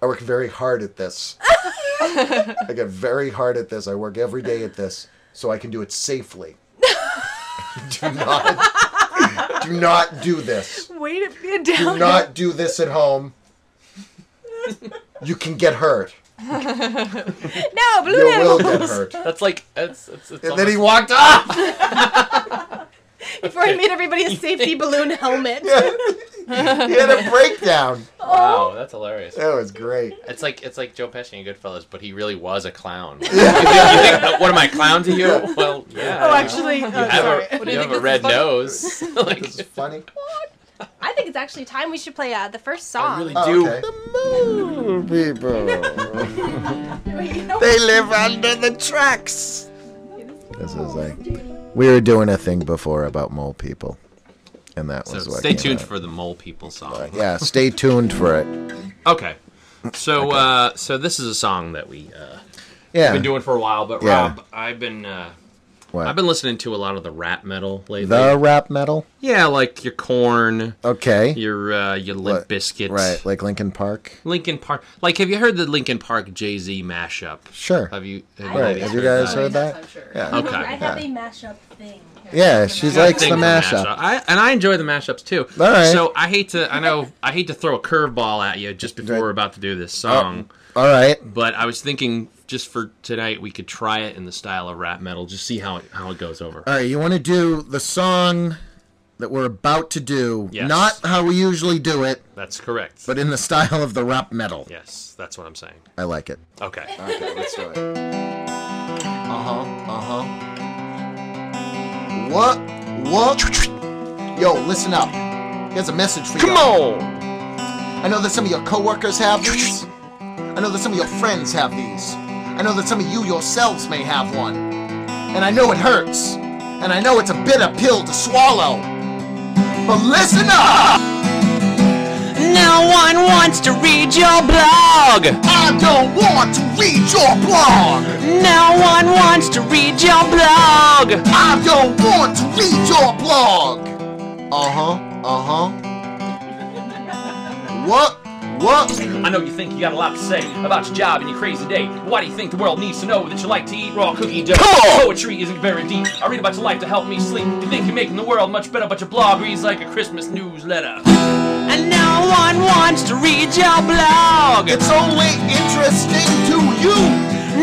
[SPEAKER 4] I work very hard at this. I get very hard at this. I work every day at this so I can do it safely. [laughs] do not do not do this.
[SPEAKER 3] way to be a
[SPEAKER 5] Oh,
[SPEAKER 4] Do
[SPEAKER 3] down.
[SPEAKER 4] not do this at home. You can get hurt.
[SPEAKER 3] No, blue
[SPEAKER 4] You will get
[SPEAKER 3] animals.
[SPEAKER 4] hurt.
[SPEAKER 5] That's like it's it's, it's
[SPEAKER 4] And then he walked
[SPEAKER 5] almost-
[SPEAKER 4] off. [laughs]
[SPEAKER 3] Before I made everybody a safety balloon helmet.
[SPEAKER 4] he had
[SPEAKER 5] [laughs]
[SPEAKER 4] a breakdown.
[SPEAKER 5] Wow, that's hilarious.
[SPEAKER 4] That was great.
[SPEAKER 5] It's like it's like Joe Pesci in Goodfellas, but he really was a clown. you think, uh, what am I, a clown to you? Well,
[SPEAKER 3] [laughs]
[SPEAKER 5] yeah.
[SPEAKER 3] Oh,
[SPEAKER 5] you-
[SPEAKER 3] actually,
[SPEAKER 5] you
[SPEAKER 3] oh,
[SPEAKER 5] have
[SPEAKER 3] sorry.
[SPEAKER 5] a,
[SPEAKER 2] What do
[SPEAKER 5] you
[SPEAKER 2] you think
[SPEAKER 5] have a
[SPEAKER 2] this
[SPEAKER 5] red
[SPEAKER 2] is funny?
[SPEAKER 5] nose. [laughs] like,
[SPEAKER 4] This is
[SPEAKER 5] [laughs]
[SPEAKER 4] funny.
[SPEAKER 3] I think it's actually time we should play uh, the first
[SPEAKER 5] I
[SPEAKER 3] song.
[SPEAKER 5] really
[SPEAKER 4] Oh,
[SPEAKER 5] do.
[SPEAKER 4] okay.
[SPEAKER 7] People.
[SPEAKER 3] Wait, you know
[SPEAKER 4] They live under the tracks. This is like we were doing a thing before about mole people, and that
[SPEAKER 5] So
[SPEAKER 4] was what.
[SPEAKER 5] stay
[SPEAKER 4] came
[SPEAKER 5] tuned
[SPEAKER 4] out.
[SPEAKER 5] for the mole people song.
[SPEAKER 4] uh, Yeah, stay tuned for
[SPEAKER 5] [laughs]
[SPEAKER 4] it.
[SPEAKER 5] Okay. So uh, so this is a song that we uh,
[SPEAKER 4] Yeah.
[SPEAKER 5] been doing for a while, but
[SPEAKER 4] Yeah.
[SPEAKER 5] Rob, I've been uh,
[SPEAKER 4] What?
[SPEAKER 5] I've been listening to a lot of the rap metal lately.
[SPEAKER 4] the rap metal.
[SPEAKER 5] Yeah, like your corn,
[SPEAKER 4] Okay.
[SPEAKER 5] your uh, your
[SPEAKER 4] What-
[SPEAKER 5] Limp Biscuits,
[SPEAKER 4] Right, like Lincoln Park.
[SPEAKER 5] Lincoln Park. Like, have you heard the Lincoln Park Jay Z mashup?
[SPEAKER 4] Sure.
[SPEAKER 5] Have you? Have
[SPEAKER 4] Right.
[SPEAKER 5] ladies
[SPEAKER 4] Have you guys
[SPEAKER 5] that?
[SPEAKER 4] heard that?
[SPEAKER 2] I'm sure.
[SPEAKER 4] Yeah.
[SPEAKER 5] Okay.
[SPEAKER 3] I have a mashup thing.
[SPEAKER 4] Yeah, she likes the
[SPEAKER 5] Thing for
[SPEAKER 4] mashup.
[SPEAKER 5] I, and I enjoy the mashups too.
[SPEAKER 4] All right.
[SPEAKER 5] So I hate to, I know, I hate to throw a curveball at you just before
[SPEAKER 4] Right. Oh.
[SPEAKER 5] we're about to do this song,
[SPEAKER 4] All right.
[SPEAKER 5] but I was thinking just for tonight we could try it in the style of rap metal, just see how it how it goes over.
[SPEAKER 4] All right, you want to do the song that we're about to do,
[SPEAKER 5] Yes.
[SPEAKER 4] not how we usually do it,
[SPEAKER 5] That's correct.
[SPEAKER 4] but in the [laughs] style of the rap metal.
[SPEAKER 5] yes, that's what I'm saying.
[SPEAKER 4] I like it.
[SPEAKER 5] Okay.
[SPEAKER 4] Okay, let's do it. Uh-huh, uh-huh. What? What? Yo, listen up. Here's a message for you.
[SPEAKER 5] Come on.
[SPEAKER 4] I know that some of your coworkers have these. I know that some of your friends have these. I know that some of you yourselves may have one. And I know it hurts. And I know it's a bitter pill to swallow. But listen up!
[SPEAKER 5] No one wants to read your blog.
[SPEAKER 4] I don't want to read your blog!
[SPEAKER 5] No one wants to read your blog.
[SPEAKER 4] I don't want to read your blog. Uh huh. Uh huh. What? What?
[SPEAKER 5] I know you think you got a lot to say about your job and your crazy day. Why do you think the world needs to know that you like to eat raw cookie dough? Poetry isn't very deep. I read about your life to help me sleep. You think you're making the world much better, but your blog reads like a Christmas newsletter. And no one wants to read your blog.
[SPEAKER 4] It's only interesting to you.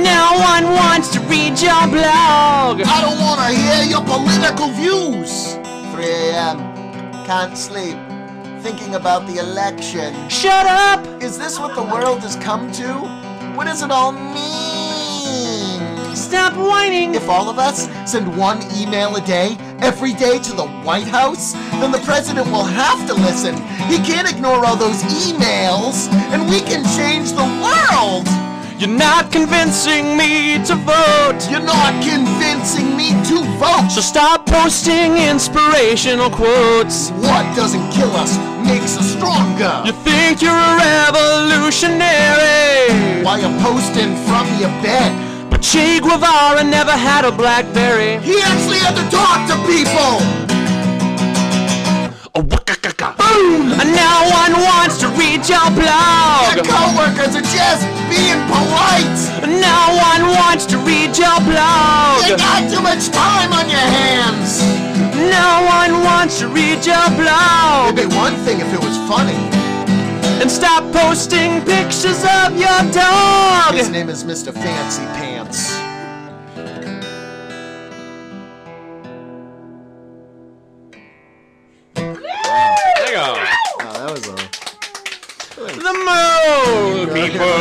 [SPEAKER 5] No one wants to read your blog.
[SPEAKER 4] I don't want to hear your political views. 3 a.m. Can't sleep. Thinking about the election.
[SPEAKER 5] Shut up.
[SPEAKER 4] Is this what the world has come to? What does it all mean?
[SPEAKER 5] Stop whining.
[SPEAKER 4] If all of us send one email a day, every day to the White House, then the president will have to listen. He can't ignore all those emails, and we can change the world.
[SPEAKER 5] You're not convincing me to vote.
[SPEAKER 4] You're not convincing me to vote.
[SPEAKER 5] So stop posting inspirational quotes.
[SPEAKER 4] what doesn't kill us makes us
[SPEAKER 5] You
[SPEAKER 4] stronger.
[SPEAKER 5] think you're a revolutionary,
[SPEAKER 4] While you're posting from your bed,
[SPEAKER 5] but Che Guevara never had a Blackberry.
[SPEAKER 4] he actually had to talk to people.
[SPEAKER 5] Oh, waka-kaka. Boom! And no one wants to read your blog.
[SPEAKER 4] Your coworkers are just being polite.
[SPEAKER 5] No one wants to read your
[SPEAKER 4] You
[SPEAKER 5] blog.
[SPEAKER 4] got too much time on your hands.
[SPEAKER 5] No one wants to read your blog.
[SPEAKER 4] It'd be one thing if it was funny.
[SPEAKER 5] And stop posting pictures of your
[SPEAKER 4] His
[SPEAKER 5] dog.
[SPEAKER 4] name is Mr. Fancy Pants.
[SPEAKER 5] There you go.
[SPEAKER 4] Oh, that was all.
[SPEAKER 5] The mole people.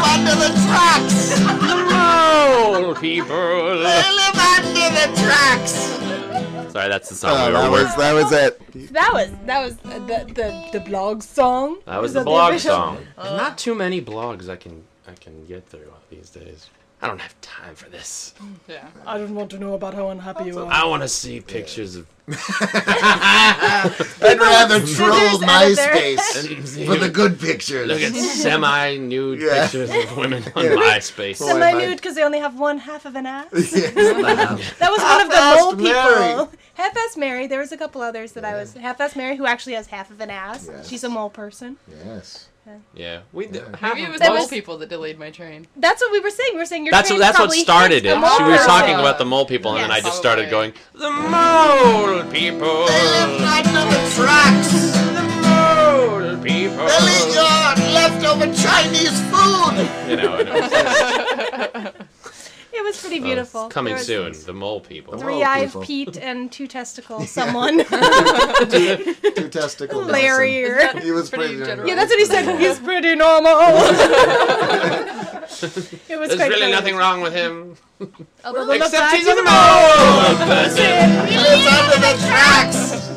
[SPEAKER 4] Under the tracks!
[SPEAKER 5] The mole people.
[SPEAKER 4] I live under the tracks! Oh,
[SPEAKER 5] Sorry, that's the song we were working.
[SPEAKER 4] that was it.
[SPEAKER 3] That was that was uh, the the, the blog song.
[SPEAKER 5] That was
[SPEAKER 3] Is
[SPEAKER 5] the
[SPEAKER 3] the
[SPEAKER 5] blog
[SPEAKER 3] official-
[SPEAKER 5] song. Not too many blogs I can I can get through these days. I don't have time for this.
[SPEAKER 2] Yeah.
[SPEAKER 3] I don't want to know about how unhappy you are.
[SPEAKER 5] I want to see pictures of
[SPEAKER 4] I'd rather
[SPEAKER 3] Scissors
[SPEAKER 4] troll MySpace for
[SPEAKER 5] [laughs]
[SPEAKER 4] the good pictures.
[SPEAKER 5] look at semi-nude
[SPEAKER 4] Yeah.
[SPEAKER 5] pictures of women on MySpace.
[SPEAKER 3] Semi
[SPEAKER 4] Boy,
[SPEAKER 3] nude because they only have one half of an ass.
[SPEAKER 4] Yeah.
[SPEAKER 3] That was one of the
[SPEAKER 4] Half-assed
[SPEAKER 3] mole
[SPEAKER 4] Mary.
[SPEAKER 3] people. Half ass Mary. There was a couple others that I was half ass Mary who actually has half of an ass.
[SPEAKER 4] Yes.
[SPEAKER 3] She's a mole person.
[SPEAKER 4] [laughs] yes.
[SPEAKER 5] Yeah, we did.
[SPEAKER 2] Maybe it was
[SPEAKER 3] That
[SPEAKER 2] those
[SPEAKER 3] was-
[SPEAKER 2] people that delayed my train.
[SPEAKER 3] That's what we were saying. We were saying your
[SPEAKER 5] That's what
[SPEAKER 3] train
[SPEAKER 5] that's what
[SPEAKER 3] probably
[SPEAKER 5] started
[SPEAKER 3] hits
[SPEAKER 5] it.
[SPEAKER 3] the mole
[SPEAKER 5] She, we were
[SPEAKER 3] person.
[SPEAKER 5] talking about the mole people, and then I
[SPEAKER 3] Yes.
[SPEAKER 5] just started going
[SPEAKER 2] Probably.
[SPEAKER 5] the mole people.
[SPEAKER 4] They live under the tracks!
[SPEAKER 5] The mole people.
[SPEAKER 4] Billy York leftover Chinese food.
[SPEAKER 5] You know, and it was, uh,
[SPEAKER 3] It was pretty beautiful.
[SPEAKER 5] Oh, coming
[SPEAKER 3] There was
[SPEAKER 5] soon, the mole
[SPEAKER 4] The
[SPEAKER 5] people.
[SPEAKER 4] mole-
[SPEAKER 3] Three eyed
[SPEAKER 4] people.
[SPEAKER 3] Pete and two
[SPEAKER 4] [laughs]
[SPEAKER 3] testicle someone.
[SPEAKER 4] Two testicle
[SPEAKER 3] Larry.
[SPEAKER 4] Nelson.
[SPEAKER 3] Or...
[SPEAKER 2] That-
[SPEAKER 4] He was
[SPEAKER 2] Pretty
[SPEAKER 4] pretty. generous.
[SPEAKER 2] generous.
[SPEAKER 3] Yeah, that's what he said. He's
[SPEAKER 4] [laughs]
[SPEAKER 3] pretty normal. [laughs] it was
[SPEAKER 5] There's
[SPEAKER 3] quite
[SPEAKER 5] really
[SPEAKER 3] funny.
[SPEAKER 5] nothing wrong with him.
[SPEAKER 2] Although the
[SPEAKER 5] Except
[SPEAKER 2] fact
[SPEAKER 5] he's
[SPEAKER 2] is-
[SPEAKER 5] a mole person.
[SPEAKER 4] He lives under the tracks.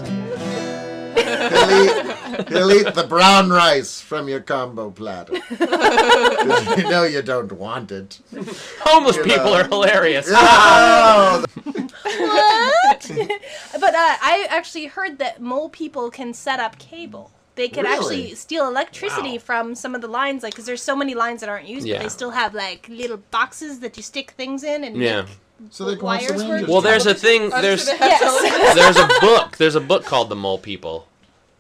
[SPEAKER 4] delete, delete the brown rice from your combo platter. 'Cause you know you don't want it.
[SPEAKER 5] [laughs] Homeless
[SPEAKER 4] You know.
[SPEAKER 5] people are hilarious.
[SPEAKER 4] Oh,
[SPEAKER 3] What? but uh, I actually heard that mole people can set up cable. They can
[SPEAKER 4] Really?
[SPEAKER 3] actually steal electricity
[SPEAKER 5] Wow.
[SPEAKER 3] from some of the lines, like because there's so many lines that aren't used,
[SPEAKER 5] Yeah.
[SPEAKER 3] but they still have like little boxes that you stick things in and
[SPEAKER 5] Yeah.
[SPEAKER 4] so they watch the
[SPEAKER 3] Wires
[SPEAKER 4] Rangers.
[SPEAKER 3] work?
[SPEAKER 5] Well, there's a thing.
[SPEAKER 2] I'm sure
[SPEAKER 5] [laughs] There's
[SPEAKER 2] they have television.
[SPEAKER 5] there's a book. There's a book called The Mole People.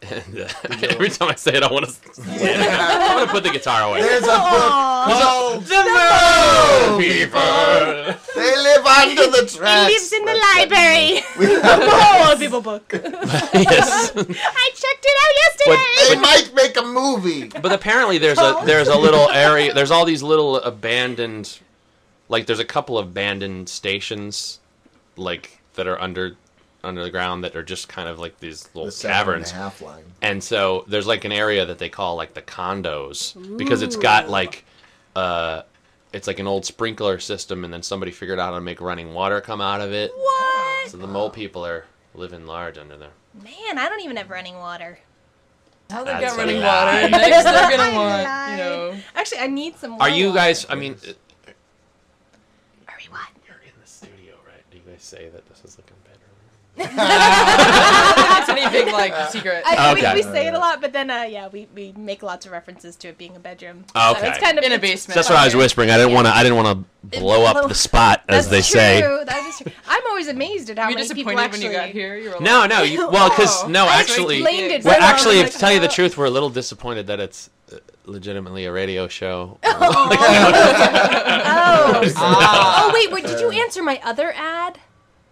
[SPEAKER 5] And uh, [laughs] every time I say it, I want to. I want to put the guitar away.
[SPEAKER 4] There's a book
[SPEAKER 3] Aw.
[SPEAKER 4] called
[SPEAKER 5] the mole people.
[SPEAKER 4] They Live Under the Tracks.
[SPEAKER 3] He lives in the library.
[SPEAKER 4] We have-
[SPEAKER 3] Mole people book.
[SPEAKER 5] yes.
[SPEAKER 3] [laughs] I checked it out yesterday.
[SPEAKER 4] they might make a movie.
[SPEAKER 5] But apparently, there's a there's a little area. There's all these little abandoned, like there's a couple of abandoned stations, like that are under under the ground that are just kind of like these little
[SPEAKER 4] The
[SPEAKER 5] caverns.
[SPEAKER 4] half line.
[SPEAKER 5] and so there's like an area that they call like the condos because it's got like uh it's like an old sprinkler system and then somebody figured out how to make running water come out of it
[SPEAKER 3] What?
[SPEAKER 5] so the mole people are living large under there
[SPEAKER 3] Man, I don't even have running water.
[SPEAKER 2] How they got
[SPEAKER 5] That's a
[SPEAKER 2] running
[SPEAKER 5] lie.
[SPEAKER 2] water. [laughs] Next, they're gonna
[SPEAKER 3] I
[SPEAKER 2] want,
[SPEAKER 3] lied.
[SPEAKER 2] you know. [laughs]
[SPEAKER 3] Actually, I need some.
[SPEAKER 5] are you
[SPEAKER 3] water.
[SPEAKER 5] guys i mean uh,
[SPEAKER 3] Are we what?
[SPEAKER 5] you're in the studio right do you guys say that this is like a bedroom
[SPEAKER 2] [laughs] That's any big like secret.
[SPEAKER 3] I,
[SPEAKER 5] Okay.
[SPEAKER 3] we, we say it a lot, but then uh, yeah, we, we make lots of references to it being a bedroom. So
[SPEAKER 5] Okay.
[SPEAKER 3] it's kind of
[SPEAKER 2] in a
[SPEAKER 3] it's-
[SPEAKER 2] basement.
[SPEAKER 5] that's what i was whispering i didn't want to i didn't want to blow up the spot as
[SPEAKER 3] That's
[SPEAKER 5] they
[SPEAKER 3] true.
[SPEAKER 5] say
[SPEAKER 3] That is true. I'm always amazed at how
[SPEAKER 2] Were you
[SPEAKER 3] many people
[SPEAKER 2] disappointed when
[SPEAKER 3] actually.
[SPEAKER 2] you got here? You were like,
[SPEAKER 5] [laughs] no
[SPEAKER 3] [laughs]
[SPEAKER 5] no you, well because
[SPEAKER 2] Oh.
[SPEAKER 5] no
[SPEAKER 3] I just
[SPEAKER 5] actually
[SPEAKER 3] explained it
[SPEAKER 2] We're
[SPEAKER 3] very
[SPEAKER 5] Well,
[SPEAKER 3] well.
[SPEAKER 5] actually,
[SPEAKER 3] I'm
[SPEAKER 5] to tell you the
[SPEAKER 3] "Oh."
[SPEAKER 5] truth, we're a little disappointed that it's uh, legitimately a radio [laughs] show.
[SPEAKER 3] [laughs] Oh.
[SPEAKER 2] Ah. [laughs]
[SPEAKER 3] oh wait, wait, did you answer my other ad?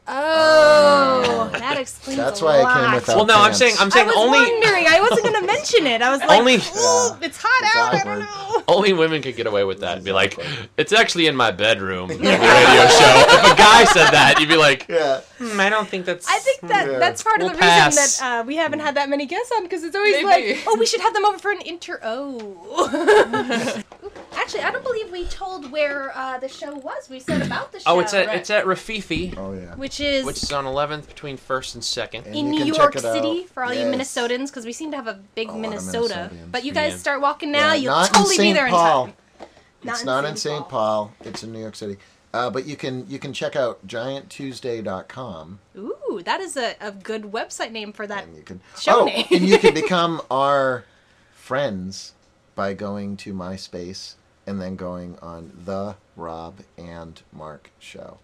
[SPEAKER 3] Oh, that explains.
[SPEAKER 4] That's
[SPEAKER 3] a
[SPEAKER 4] why
[SPEAKER 3] lot.
[SPEAKER 4] I came without
[SPEAKER 5] well, no, I'm saying, I'm
[SPEAKER 3] I
[SPEAKER 5] saying oh,
[SPEAKER 3] was
[SPEAKER 5] only,
[SPEAKER 3] wondering. I wasn't gonna mention it. I was
[SPEAKER 5] [laughs]
[SPEAKER 3] like,
[SPEAKER 5] Only-
[SPEAKER 3] "Ooh, it's hot
[SPEAKER 4] It's
[SPEAKER 3] out.
[SPEAKER 4] awkward.
[SPEAKER 3] I don't know.
[SPEAKER 5] only women could get away with that. And
[SPEAKER 4] [laughs]
[SPEAKER 5] be like, it's actually in my bedroom. the radio show. If a guy said that, you'd be like,
[SPEAKER 4] Yeah.
[SPEAKER 5] "Hmm, I don't think [laughs] that's.
[SPEAKER 3] I think that
[SPEAKER 4] Yeah.
[SPEAKER 3] that's part
[SPEAKER 5] We'll
[SPEAKER 3] of the
[SPEAKER 5] pass.
[SPEAKER 3] reason that uh, we haven't had that many guests on because it's always
[SPEAKER 2] Maybe.
[SPEAKER 3] like, oh, we should have them over for an inter. [laughs] Oh. Actually, I don't believe we told where uh, the show was. We said about the show.
[SPEAKER 5] Oh, it's at
[SPEAKER 2] right.
[SPEAKER 5] it's at Rafifi,
[SPEAKER 4] Oh yeah.
[SPEAKER 3] which is.
[SPEAKER 5] which is on 11th between first and second.
[SPEAKER 4] And
[SPEAKER 3] in
[SPEAKER 4] you
[SPEAKER 3] New
[SPEAKER 4] can
[SPEAKER 3] York
[SPEAKER 4] check it out.
[SPEAKER 3] City, for all you
[SPEAKER 4] Yes.
[SPEAKER 3] Minnesotans, because we seem to have a big
[SPEAKER 4] A lot of
[SPEAKER 3] Minnesota.
[SPEAKER 4] Minnesotans.
[SPEAKER 3] But you guys
[SPEAKER 5] Yeah.
[SPEAKER 3] start walking now,
[SPEAKER 4] Yeah,
[SPEAKER 3] you'll
[SPEAKER 4] not in
[SPEAKER 3] totally be
[SPEAKER 4] St.
[SPEAKER 3] there in
[SPEAKER 4] Paul.
[SPEAKER 3] time.
[SPEAKER 4] it's not in St. Paul. It's in New York City. Uh, but you can you can check out gianttuesday.com
[SPEAKER 3] Ooh, that is a, a good website name for that. [laughs]
[SPEAKER 4] and you can
[SPEAKER 3] Uh, Show
[SPEAKER 4] oh,
[SPEAKER 3] name.
[SPEAKER 4] [laughs] and
[SPEAKER 3] [laughs]
[SPEAKER 4] you can become our friends by going to MySpace and then going on the Rob and Mark show.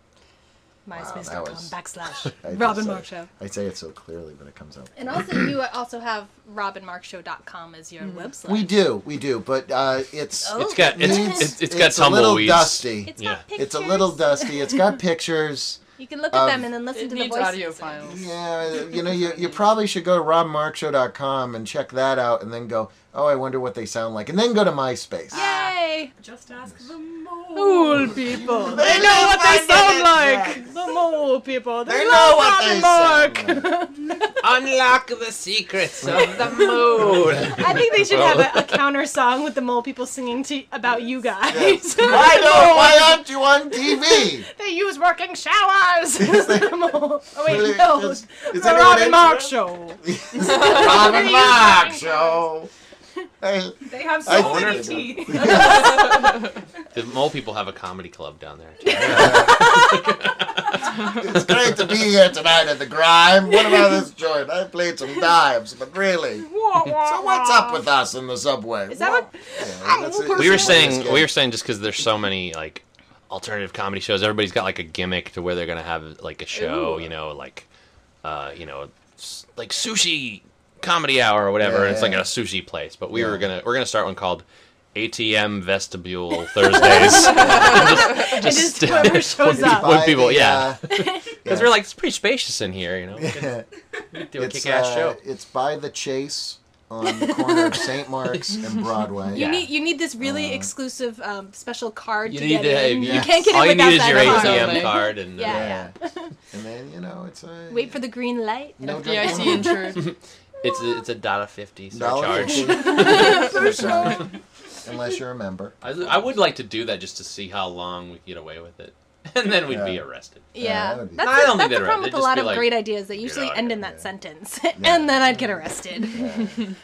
[SPEAKER 3] MySpace.com
[SPEAKER 4] was- [laughs]
[SPEAKER 3] backslash
[SPEAKER 4] I just
[SPEAKER 3] Robin
[SPEAKER 4] say-
[SPEAKER 3] Mark Show.
[SPEAKER 4] I say it so clearly, but it comes out.
[SPEAKER 3] And also, you also have robinmarkshow.com as your website.
[SPEAKER 4] We do, we do, but uh, it's
[SPEAKER 3] Oh.
[SPEAKER 5] It's got it's
[SPEAKER 4] It's-
[SPEAKER 5] it's, it's got
[SPEAKER 4] it's a little
[SPEAKER 5] tumbleweeds.
[SPEAKER 3] [laughs]
[SPEAKER 5] [laughs]
[SPEAKER 4] dusty.
[SPEAKER 3] It's
[SPEAKER 5] Yeah.
[SPEAKER 3] got pictures.
[SPEAKER 4] it's a little um, dusty.
[SPEAKER 3] [laughs]
[SPEAKER 4] It's got pictures.
[SPEAKER 3] You can look at
[SPEAKER 4] of-
[SPEAKER 3] them and then listen
[SPEAKER 2] It
[SPEAKER 3] to the
[SPEAKER 2] needs
[SPEAKER 3] voices.
[SPEAKER 2] audio files.
[SPEAKER 4] Yeah, you know, you, you probably should go to robmarkshow.com and check that out and then go, oh, I wonder what they sound like. And then go to MySpace.
[SPEAKER 3] Yay!
[SPEAKER 4] Ah.
[SPEAKER 1] Just ask the mole.
[SPEAKER 3] Mole people.
[SPEAKER 4] Oh, They know what they sound like.
[SPEAKER 3] The mole people.
[SPEAKER 4] They know what they sound like.
[SPEAKER 5] Unlock the secrets of the
[SPEAKER 4] [laughs]
[SPEAKER 5] moon.
[SPEAKER 3] I think they should have a, a counter song with the mole people singing to about you [laughs] guys.
[SPEAKER 4] [laughs] Why, don't,
[SPEAKER 3] "Oh,
[SPEAKER 4] why aren't you
[SPEAKER 3] [laughs]
[SPEAKER 4] on TV?
[SPEAKER 3] they use working showers.
[SPEAKER 4] [laughs]
[SPEAKER 3] the mole. Oh wait, no.
[SPEAKER 4] Is- is
[SPEAKER 3] the
[SPEAKER 4] anyone
[SPEAKER 3] Robin
[SPEAKER 4] into
[SPEAKER 3] Mark
[SPEAKER 4] that?
[SPEAKER 3] show.
[SPEAKER 4] [laughs]
[SPEAKER 3] [laughs]
[SPEAKER 4] Robin Mark Show. Hey,
[SPEAKER 1] They have
[SPEAKER 4] I
[SPEAKER 1] so
[SPEAKER 4] think
[SPEAKER 1] many
[SPEAKER 4] they do.
[SPEAKER 1] teeth.
[SPEAKER 5] The mole people have a comedy club down there.
[SPEAKER 4] it's great to be here tonight at the Grime. What about this joint? I played some dimes, but really. So what's up with us in the subway?
[SPEAKER 3] Is that what?
[SPEAKER 4] Yeah, that's it.
[SPEAKER 5] we were
[SPEAKER 4] It's
[SPEAKER 5] saying
[SPEAKER 4] good.
[SPEAKER 5] we were saying just because there's so many like alternative comedy shows everybody's got like a gimmick to where they're gonna have like a show you know like uh you know s- like sushi comedy hour or whatever
[SPEAKER 4] Yeah,
[SPEAKER 5] and it's like
[SPEAKER 4] yeah.
[SPEAKER 5] a sushi place but we were
[SPEAKER 4] Yeah.
[SPEAKER 5] gonna we're gonna start one called ATM vestibule [laughs] Thursdays. Just-
[SPEAKER 3] It is
[SPEAKER 5] [laughs]
[SPEAKER 3] whoever shows
[SPEAKER 5] when
[SPEAKER 3] up.
[SPEAKER 5] people, when people-
[SPEAKER 4] By the,
[SPEAKER 5] yeah, [laughs]
[SPEAKER 4] uh,
[SPEAKER 5] because
[SPEAKER 4] [laughs]
[SPEAKER 5] we're like it's pretty spacious in here, you know. We could do a
[SPEAKER 4] it's,
[SPEAKER 5] kick-ass
[SPEAKER 4] uh,
[SPEAKER 5] show.
[SPEAKER 4] it's by the Chase on the corner of St.
[SPEAKER 3] [laughs]
[SPEAKER 4] Mark's and Broadway.
[SPEAKER 3] You
[SPEAKER 5] Yeah. Uh.
[SPEAKER 3] need you need this really exclusive um, special card
[SPEAKER 5] You
[SPEAKER 3] to get
[SPEAKER 5] need to
[SPEAKER 3] in.
[SPEAKER 5] have
[SPEAKER 3] You
[SPEAKER 5] yeah.
[SPEAKER 3] can't get
[SPEAKER 5] All
[SPEAKER 3] it
[SPEAKER 5] you
[SPEAKER 3] without
[SPEAKER 5] need is
[SPEAKER 3] that
[SPEAKER 5] your
[SPEAKER 3] card.
[SPEAKER 5] ATM
[SPEAKER 2] Something.
[SPEAKER 5] card and uh,
[SPEAKER 3] Yeah.
[SPEAKER 4] And then you know it's a
[SPEAKER 3] Wait for the green light.
[SPEAKER 4] no
[SPEAKER 2] The
[SPEAKER 4] drink
[SPEAKER 2] IC
[SPEAKER 4] minimum. [laughs]
[SPEAKER 2] insured.
[SPEAKER 5] it's a, it's a dollar fifty
[SPEAKER 4] Dollar
[SPEAKER 5] surcharge.
[SPEAKER 3] [laughs]
[SPEAKER 4] fifty. Surcharge. Unless you're a member.
[SPEAKER 5] I, I would like to do that just to see how long we could get away with it, [laughs] and then we'd be
[SPEAKER 4] Yeah.
[SPEAKER 5] arrested.
[SPEAKER 4] Yeah,
[SPEAKER 3] Yeah,
[SPEAKER 4] that would be-
[SPEAKER 3] that's,
[SPEAKER 5] I
[SPEAKER 3] the-
[SPEAKER 5] don't think
[SPEAKER 3] that's
[SPEAKER 5] they'd
[SPEAKER 3] the problem
[SPEAKER 5] write-
[SPEAKER 3] with
[SPEAKER 5] they'd
[SPEAKER 3] a
[SPEAKER 5] just
[SPEAKER 3] lot
[SPEAKER 5] be
[SPEAKER 3] of
[SPEAKER 5] like,
[SPEAKER 3] great ideas that usually
[SPEAKER 5] out
[SPEAKER 3] end
[SPEAKER 5] here."
[SPEAKER 3] in that sentence, [laughs] and then I'd get arrested.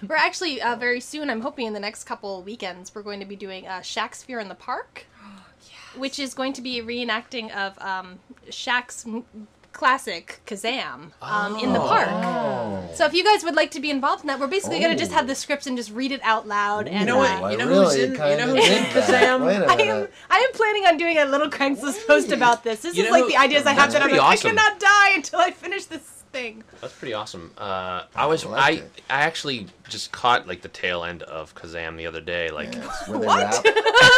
[SPEAKER 3] We're actually uh, very soon. I'm hoping in the next couple weekends we're going to be doing uh, Shakespeare in the
[SPEAKER 4] [gasps]
[SPEAKER 3] Park, which is going to be a reenacting of um, Shaq's m- classic Kazam um, in the park.
[SPEAKER 4] Oh.
[SPEAKER 3] So if you guys would like to be involved in that, we're basically going to just
[SPEAKER 4] Oh.
[SPEAKER 3] have the scripts and just read it out loud. and,
[SPEAKER 5] You know
[SPEAKER 3] uh,
[SPEAKER 5] what?
[SPEAKER 4] I
[SPEAKER 5] You know who's
[SPEAKER 4] really
[SPEAKER 5] in- you
[SPEAKER 4] kinda
[SPEAKER 5] know who's in
[SPEAKER 4] did that.
[SPEAKER 5] Kazam?
[SPEAKER 4] Wait
[SPEAKER 3] I
[SPEAKER 4] a
[SPEAKER 3] am,
[SPEAKER 4] minute.
[SPEAKER 3] I am planning on doing a little Craigslist post about this. This
[SPEAKER 5] You
[SPEAKER 3] is
[SPEAKER 5] know,
[SPEAKER 3] like the ideas I have
[SPEAKER 5] that's
[SPEAKER 3] that I'm like,
[SPEAKER 5] pretty
[SPEAKER 3] I
[SPEAKER 5] awesome.
[SPEAKER 3] cannot die until I finish this thing.
[SPEAKER 5] That's pretty awesome. Uh, I was
[SPEAKER 4] I
[SPEAKER 5] I,
[SPEAKER 4] like
[SPEAKER 5] I,
[SPEAKER 4] it.
[SPEAKER 5] actually just caught like the tail end of Kazam the other day, like,
[SPEAKER 4] Yes, where
[SPEAKER 3] [laughs]
[SPEAKER 4] they
[SPEAKER 3] What?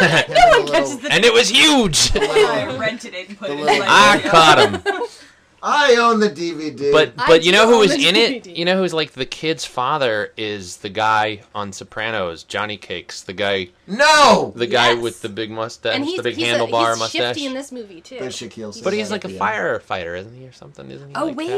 [SPEAKER 4] wrap-
[SPEAKER 3] No one catches the
[SPEAKER 5] and it
[SPEAKER 3] [laughs]
[SPEAKER 5] was huge.
[SPEAKER 1] [laughs] I rented it and put it in
[SPEAKER 4] little-
[SPEAKER 1] my
[SPEAKER 5] I
[SPEAKER 1] video.
[SPEAKER 5] caught him,
[SPEAKER 4] I own the DVD.
[SPEAKER 5] but
[SPEAKER 3] I
[SPEAKER 5] but you know
[SPEAKER 3] do
[SPEAKER 5] who was
[SPEAKER 3] own the [laughs]
[SPEAKER 5] in it?
[SPEAKER 3] DVD.
[SPEAKER 5] You know who's like the kid's father is the guy on Sopranos, Johnny Cakes, the guy
[SPEAKER 4] no,
[SPEAKER 5] the guy
[SPEAKER 3] Yes.
[SPEAKER 5] with the big mustache,
[SPEAKER 3] and he's
[SPEAKER 5] the big
[SPEAKER 3] he's
[SPEAKER 5] handlebar
[SPEAKER 3] a, he's
[SPEAKER 5] mustache.
[SPEAKER 3] shifty in this movie too.
[SPEAKER 4] There's Shaquille
[SPEAKER 5] But he's like a
[SPEAKER 4] O'Neal.
[SPEAKER 5] firefighter, isn't he, or something? Isn't he?
[SPEAKER 3] oh
[SPEAKER 5] like,
[SPEAKER 3] wait,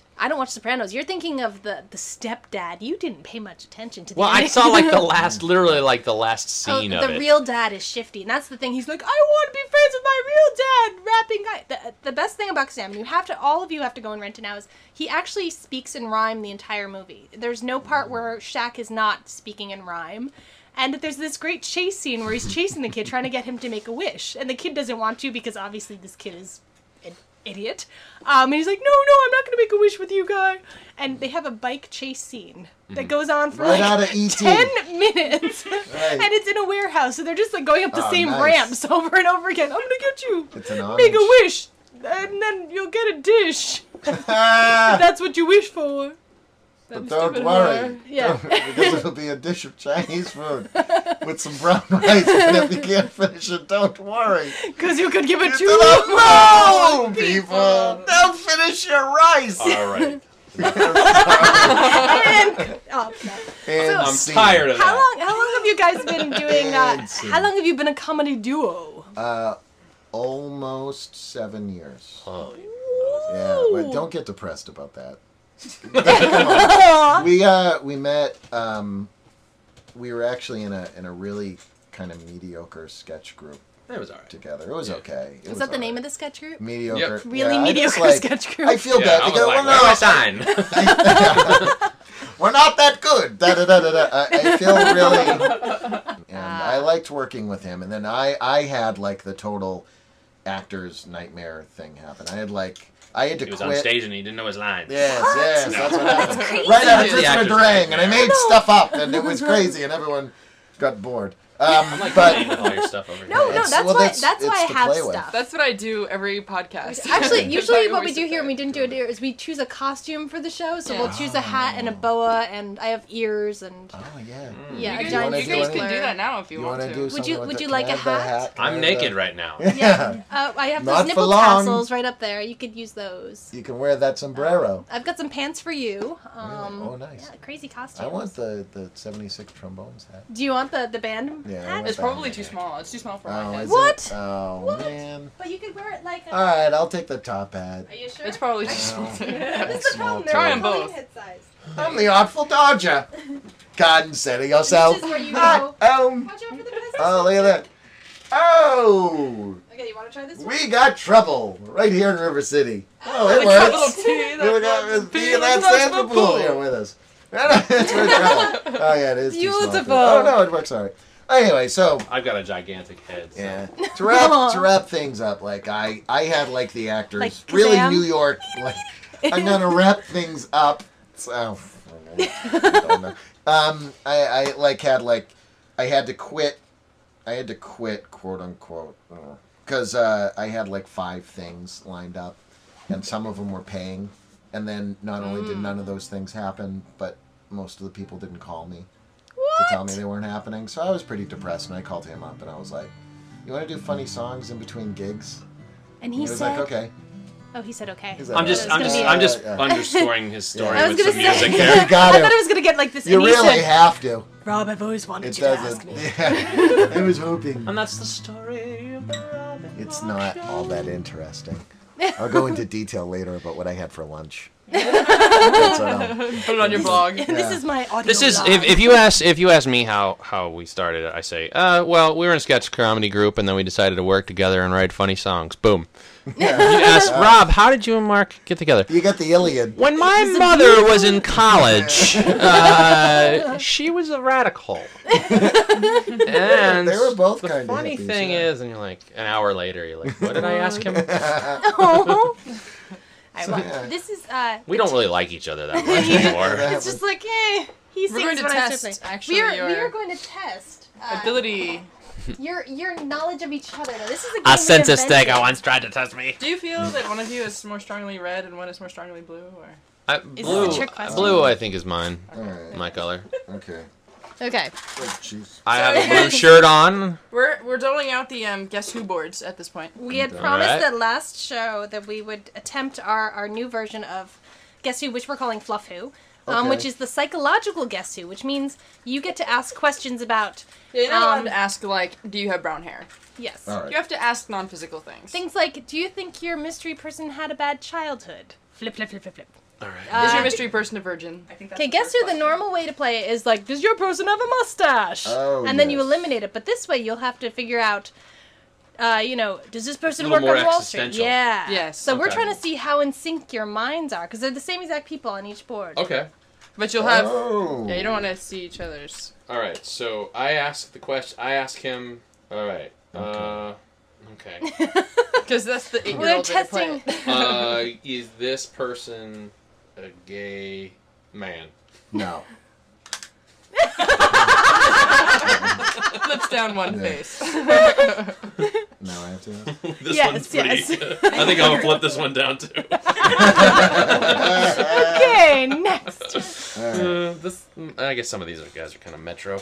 [SPEAKER 5] happy?
[SPEAKER 3] I don't watch Sopranos. You're thinking of the the stepdad. You didn't pay much attention to. The
[SPEAKER 5] Well, I
[SPEAKER 3] ending.
[SPEAKER 5] saw
[SPEAKER 3] [laughs]
[SPEAKER 5] like the last, literally like the last
[SPEAKER 3] Oh,
[SPEAKER 5] scene of
[SPEAKER 3] the
[SPEAKER 5] it.
[SPEAKER 3] real dad is shifty, and that's the thing. He's like, I want to be friends with my real dad. Rapping guy. The, the best thing about Sam, you have to, all of you have to go and rent it now. Is he actually speaks in rhyme the entire movie? There's no part where Shaq is not speaking in rhyme. And there's this great chase scene where he's chasing the kid, trying to get him to make a wish, and the kid doesn't want to because obviously this kid is an idiot. Um, and he's like, No, no, I'm not going to make a wish with you, guy. And they have a bike chase scene
[SPEAKER 5] Mm-hmm.
[SPEAKER 3] that goes on for
[SPEAKER 4] Right E
[SPEAKER 3] like
[SPEAKER 4] outta
[SPEAKER 3] [laughs]
[SPEAKER 4] E.T..
[SPEAKER 5] [laughs]
[SPEAKER 3] ten minutes.
[SPEAKER 4] Right.
[SPEAKER 3] And it's in a warehouse, so they're just like going up the
[SPEAKER 4] Oh,
[SPEAKER 3] same
[SPEAKER 4] nice.
[SPEAKER 3] ramps [laughs] over and over again. I'm gonna get you.
[SPEAKER 4] It's an
[SPEAKER 3] Make a
[SPEAKER 4] [laughs] homage.
[SPEAKER 3] wish, and then you'll get a
[SPEAKER 4] [laughs]
[SPEAKER 3] dish.
[SPEAKER 4] Ah,
[SPEAKER 3] That's what you wish for.
[SPEAKER 4] but don't worry.
[SPEAKER 3] Yeah.
[SPEAKER 4] Don't- because it'll be a dish of Chinese
[SPEAKER 5] [laughs]
[SPEAKER 4] food with some brown rice, and if you can't finish it, don't worry.
[SPEAKER 3] Because you could give it
[SPEAKER 4] It's
[SPEAKER 3] to
[SPEAKER 4] a no, people.
[SPEAKER 3] people.
[SPEAKER 4] Don't finish your rice.
[SPEAKER 5] All
[SPEAKER 3] [laughs]
[SPEAKER 5] right,
[SPEAKER 3] [laughs] and oh, no.
[SPEAKER 4] [laughs] And
[SPEAKER 5] I'm
[SPEAKER 4] scene.
[SPEAKER 5] tired of
[SPEAKER 3] How
[SPEAKER 5] that.
[SPEAKER 3] long? How long have you guys
[SPEAKER 4] [laughs]
[SPEAKER 3] been doing? Uh,
[SPEAKER 4] Fancy.
[SPEAKER 3] how long have you been a comedy duo?
[SPEAKER 4] Uh, almost seven years.
[SPEAKER 5] Oh,
[SPEAKER 4] Yeah, but
[SPEAKER 3] Ooh.
[SPEAKER 4] don't get depressed
[SPEAKER 3] [laughs]
[SPEAKER 4] about that. we uh we met um we were actually in a in a really kind of mediocre sketch group
[SPEAKER 5] that was alright.
[SPEAKER 4] together. It was okay. It
[SPEAKER 3] Is that the name of the sketch group?
[SPEAKER 4] mediocre?
[SPEAKER 5] Yep.
[SPEAKER 3] Really
[SPEAKER 4] yeah, I just,
[SPEAKER 3] mediocre
[SPEAKER 4] like,
[SPEAKER 3] sketch group.
[SPEAKER 4] I feel
[SPEAKER 5] Yeah,
[SPEAKER 4] bad.
[SPEAKER 5] I
[SPEAKER 4] I
[SPEAKER 5] was
[SPEAKER 4] go, well,
[SPEAKER 5] like, where do I
[SPEAKER 4] no,
[SPEAKER 5] sign?
[SPEAKER 4] we're not that good. Da, da, da, da, da. I,
[SPEAKER 3] [laughs]
[SPEAKER 4] I feel really. And
[SPEAKER 3] Ah.
[SPEAKER 4] I liked working with him. And then I, I had like the total actor's nightmare thing happen. I had like I
[SPEAKER 5] [laughs]
[SPEAKER 4] had to
[SPEAKER 5] he was
[SPEAKER 4] quit.
[SPEAKER 5] on stage and he didn't know his lines.
[SPEAKER 4] Yes, yes, that's what happened.
[SPEAKER 3] crazy.
[SPEAKER 4] Right out of
[SPEAKER 5] The
[SPEAKER 4] Christopher
[SPEAKER 5] actor's
[SPEAKER 4] Durang, and I
[SPEAKER 5] nightmare.
[SPEAKER 4] made stuff up, and it was crazy, and everyone got bored. Um,
[SPEAKER 5] I'm like playing with
[SPEAKER 4] but
[SPEAKER 5] all your stuff over
[SPEAKER 3] No,
[SPEAKER 5] here.
[SPEAKER 3] no,
[SPEAKER 4] It's-
[SPEAKER 3] that's
[SPEAKER 4] well,
[SPEAKER 3] why.
[SPEAKER 4] that's-
[SPEAKER 3] That's,
[SPEAKER 4] it's
[SPEAKER 3] why I
[SPEAKER 4] to
[SPEAKER 3] have
[SPEAKER 4] play with.
[SPEAKER 3] stuff.
[SPEAKER 2] That's what I do every podcast. [laughs]
[SPEAKER 3] Actually,
[SPEAKER 4] [laughs]
[SPEAKER 2] That's
[SPEAKER 3] usually
[SPEAKER 2] why
[SPEAKER 3] what we
[SPEAKER 2] always sit
[SPEAKER 3] do here,
[SPEAKER 2] there.
[SPEAKER 3] and we didn't do it here, is we choose a costume for the show. So we'll choose a hat and a boa, and I have ears, and
[SPEAKER 4] oh yeah,
[SPEAKER 3] Mm. yeah,
[SPEAKER 2] You
[SPEAKER 3] a
[SPEAKER 4] You
[SPEAKER 3] giant
[SPEAKER 4] wanna
[SPEAKER 2] guys, you
[SPEAKER 4] do
[SPEAKER 2] guys
[SPEAKER 4] any-
[SPEAKER 2] can do that now if you, want
[SPEAKER 4] wanna
[SPEAKER 2] to.
[SPEAKER 4] do something
[SPEAKER 3] you-
[SPEAKER 4] with
[SPEAKER 3] would
[SPEAKER 4] the-
[SPEAKER 3] you like a
[SPEAKER 4] can I have the
[SPEAKER 3] hat?
[SPEAKER 4] Can I
[SPEAKER 5] I'm
[SPEAKER 4] have
[SPEAKER 5] naked
[SPEAKER 3] [laughs]
[SPEAKER 4] [laughs] the-
[SPEAKER 5] right now.
[SPEAKER 3] Yeah, uh, I have
[SPEAKER 4] Not
[SPEAKER 3] those
[SPEAKER 4] for
[SPEAKER 3] nipple
[SPEAKER 4] long.
[SPEAKER 3] tassels right up there. You could use those.
[SPEAKER 4] You can wear that sombrero.
[SPEAKER 3] I've got some pants for you. Um,
[SPEAKER 4] Oh, nice.
[SPEAKER 3] Yeah, crazy costume.
[SPEAKER 4] I want the the '76 trombones hat.
[SPEAKER 3] Do you want the the band
[SPEAKER 4] Yeah, I
[SPEAKER 3] hat?
[SPEAKER 4] want-
[SPEAKER 2] It's probably too small. It's too small for
[SPEAKER 4] Oh,
[SPEAKER 2] my
[SPEAKER 4] is
[SPEAKER 2] head.
[SPEAKER 4] it?
[SPEAKER 3] What?
[SPEAKER 4] Oh
[SPEAKER 3] What?
[SPEAKER 4] man.
[SPEAKER 3] But you could wear it like. A,
[SPEAKER 4] All right, I'll take the top hat.
[SPEAKER 3] Are you sure?
[SPEAKER 2] It's probably too
[SPEAKER 4] Oh.
[SPEAKER 2] small.
[SPEAKER 3] [laughs] This is the
[SPEAKER 4] small
[SPEAKER 3] problem.
[SPEAKER 4] too.
[SPEAKER 2] Try
[SPEAKER 3] They're
[SPEAKER 2] 'em
[SPEAKER 3] all
[SPEAKER 2] both.
[SPEAKER 3] head size.
[SPEAKER 4] I'm the Artful
[SPEAKER 3] [laughs]
[SPEAKER 4] Dodger. God instead of yourself.
[SPEAKER 3] This is where you
[SPEAKER 4] Not own.
[SPEAKER 3] Watch
[SPEAKER 4] [laughs]
[SPEAKER 3] out for the peasants.
[SPEAKER 4] Oh, look at that. Oh,
[SPEAKER 3] Okay, you want to try this? one?
[SPEAKER 4] we got trouble right here in River City. Oh,
[SPEAKER 2] [laughs]
[SPEAKER 4] it
[SPEAKER 2] It's a little
[SPEAKER 4] works.
[SPEAKER 2] tea.
[SPEAKER 4] Here we
[SPEAKER 2] that's
[SPEAKER 4] got
[SPEAKER 2] not-
[SPEAKER 4] Miss B
[SPEAKER 2] tea,
[SPEAKER 4] and that's
[SPEAKER 2] that's
[SPEAKER 4] Santa
[SPEAKER 2] not
[SPEAKER 4] Pool
[SPEAKER 2] cool.
[SPEAKER 4] here with us. [laughs] It's worth trouble. Oh, yeah, it is. too small for-
[SPEAKER 3] Beautiful.
[SPEAKER 4] Oh, no, it works all right. Anyway, so
[SPEAKER 5] I've got a gigantic head. So.
[SPEAKER 4] yeah, to wrap to wrap things up, like I I had like the actors
[SPEAKER 3] Like
[SPEAKER 4] really
[SPEAKER 3] Kazam?
[SPEAKER 4] New York. Like I'm gonna wrap things up. So I don't know. um, I I like had like I had to quit. I had to quit, quote unquote, because uh, I had like five things lined up, and some of them were paying. And then not only
[SPEAKER 3] Mm.
[SPEAKER 4] did none of those things happen, but most of the people didn't call me to tell me they weren't happening. So I was pretty depressed, and I called him up and I was like, "You want to do funny songs in between gigs?"
[SPEAKER 3] And
[SPEAKER 4] He
[SPEAKER 3] he
[SPEAKER 4] was
[SPEAKER 3] said,
[SPEAKER 4] like, "Okay."
[SPEAKER 3] Oh, he said okay.
[SPEAKER 4] He's
[SPEAKER 5] I'm
[SPEAKER 4] Yeah,
[SPEAKER 5] just,
[SPEAKER 4] it's
[SPEAKER 5] I'm
[SPEAKER 4] gonna
[SPEAKER 5] just,
[SPEAKER 4] be-
[SPEAKER 5] I'm just
[SPEAKER 4] Yeah.
[SPEAKER 5] underscoring his story
[SPEAKER 4] I
[SPEAKER 3] was
[SPEAKER 5] with
[SPEAKER 3] gonna
[SPEAKER 5] some
[SPEAKER 3] say- [laughs]
[SPEAKER 5] music
[SPEAKER 2] [laughs]
[SPEAKER 4] You
[SPEAKER 5] there.
[SPEAKER 3] I
[SPEAKER 4] got
[SPEAKER 3] thought I
[SPEAKER 4] to.
[SPEAKER 3] was gonna get like this.
[SPEAKER 4] You
[SPEAKER 3] and he
[SPEAKER 4] really
[SPEAKER 3] said,
[SPEAKER 4] have to.
[SPEAKER 3] Rob, I've always wanted
[SPEAKER 4] It
[SPEAKER 3] you to ask
[SPEAKER 4] doesn't.
[SPEAKER 3] me.
[SPEAKER 4] [laughs] Yeah. I was hoping.
[SPEAKER 5] And that's the story of the Robin
[SPEAKER 4] It's
[SPEAKER 5] Hood
[SPEAKER 4] not
[SPEAKER 5] show.
[SPEAKER 4] all that interesting. I'll go into detail later about what I had for lunch. That's what I'm-
[SPEAKER 2] Put it on your blog.
[SPEAKER 3] [laughs] This is my audio.
[SPEAKER 5] This is
[SPEAKER 3] blog. [laughs]
[SPEAKER 2] [laughs]
[SPEAKER 5] if, if you ask if you ask me how how we started, I say, uh, well, we were in a sketch comedy group, and then we decided to work together and write funny songs. Boom.
[SPEAKER 2] [laughs]
[SPEAKER 5] You ask Rob, how did you and Mark get together?
[SPEAKER 4] you got the Iliad.
[SPEAKER 2] [laughs]
[SPEAKER 5] When my
[SPEAKER 3] a
[SPEAKER 5] mother was in college, uh, she was a radical. and
[SPEAKER 4] They were both
[SPEAKER 5] the
[SPEAKER 4] kinda
[SPEAKER 5] funny
[SPEAKER 4] hippies,
[SPEAKER 5] thing
[SPEAKER 4] yeah.
[SPEAKER 5] is, and you're like an hour later, you're like, what did I ask
[SPEAKER 4] [laughs]
[SPEAKER 5] him?
[SPEAKER 3] Oh. I want-
[SPEAKER 4] yeah.
[SPEAKER 3] This is uh.
[SPEAKER 5] We don't really like each other that much
[SPEAKER 4] [laughs]
[SPEAKER 5] anymore.
[SPEAKER 3] It's just like, hey, he
[SPEAKER 2] We're
[SPEAKER 3] sings
[SPEAKER 2] going to
[SPEAKER 3] what I
[SPEAKER 2] test,
[SPEAKER 3] sing.
[SPEAKER 2] actually,
[SPEAKER 3] we are, we
[SPEAKER 2] your-
[SPEAKER 3] are going to test uh,
[SPEAKER 2] Ability.
[SPEAKER 3] your your knowledge of each other. Now, this is a game
[SPEAKER 5] I
[SPEAKER 3] we
[SPEAKER 5] sent a stag. I
[SPEAKER 3] invented.
[SPEAKER 5] once tried to test me.
[SPEAKER 2] Do you feel that one of you is more strongly red and one is more strongly blue? Or
[SPEAKER 5] I,
[SPEAKER 3] this
[SPEAKER 5] uh, blue,
[SPEAKER 3] a trick question?
[SPEAKER 5] blue, I think is mine.
[SPEAKER 4] All right.
[SPEAKER 5] My color.
[SPEAKER 3] [laughs]
[SPEAKER 4] Okay.
[SPEAKER 3] Okay.
[SPEAKER 4] Oh, jeez.
[SPEAKER 5] I have a blue shirt on.
[SPEAKER 2] we're we're doling out the um, guess who boards at this point.
[SPEAKER 3] We had
[SPEAKER 5] All
[SPEAKER 3] promised
[SPEAKER 5] right.
[SPEAKER 3] that last show that we would attempt our, our new version of Guess Who, which we're calling Fluff Who, um,
[SPEAKER 4] Okay.
[SPEAKER 3] which is the psychological Guess Who, which means you get to ask questions about,
[SPEAKER 2] You're not allowed
[SPEAKER 3] Um,
[SPEAKER 2] to ask like, do you have brown hair?
[SPEAKER 3] yes.
[SPEAKER 4] All right.
[SPEAKER 2] You have to ask non-physical things.
[SPEAKER 3] Things like, do you think your mystery person had a bad childhood? Flip, flip, flip, flip, flip.
[SPEAKER 5] All right.
[SPEAKER 3] Uh,
[SPEAKER 2] is your mystery person a virgin?
[SPEAKER 1] I think that's
[SPEAKER 3] Okay, guess who? The normal way to play it is like, does your person have a mustache?
[SPEAKER 4] Oh,
[SPEAKER 3] and then you
[SPEAKER 4] yes.
[SPEAKER 3] eliminate it. But this way, you'll have to figure out, uh, you know, does this person
[SPEAKER 5] A
[SPEAKER 3] work
[SPEAKER 5] little
[SPEAKER 3] on
[SPEAKER 5] more
[SPEAKER 3] Wall Street?
[SPEAKER 5] existential.
[SPEAKER 3] Yeah.
[SPEAKER 2] Yes,
[SPEAKER 3] So we're
[SPEAKER 5] okay.
[SPEAKER 3] trying to see how in sync your minds are because they're the same exact people on each board. [laughs]
[SPEAKER 5] Okay.
[SPEAKER 2] But you'll have.
[SPEAKER 4] Oh.
[SPEAKER 2] Yeah, you don't want to see each other's.
[SPEAKER 5] All right. So I ask the question. I ask him. All right. Uh, okay.
[SPEAKER 2] Because that's the eight year
[SPEAKER 3] We're
[SPEAKER 2] old
[SPEAKER 3] testing. [laughs]
[SPEAKER 5] [laughs] Uh, is this person a gay man?
[SPEAKER 4] No.
[SPEAKER 2] [laughs] Flips down one
[SPEAKER 4] Yeah.
[SPEAKER 2] [laughs] face.
[SPEAKER 4] No, I
[SPEAKER 2] [laughs]
[SPEAKER 4] have to.
[SPEAKER 5] [laughs] This
[SPEAKER 3] Yes, yes.
[SPEAKER 5] [laughs] I think I'm gonna flip this one down too.
[SPEAKER 3] okay, next.
[SPEAKER 4] [laughs] All right.
[SPEAKER 5] [laughs] Uh, this, mm, I guess some of these are- guys are kind of metro.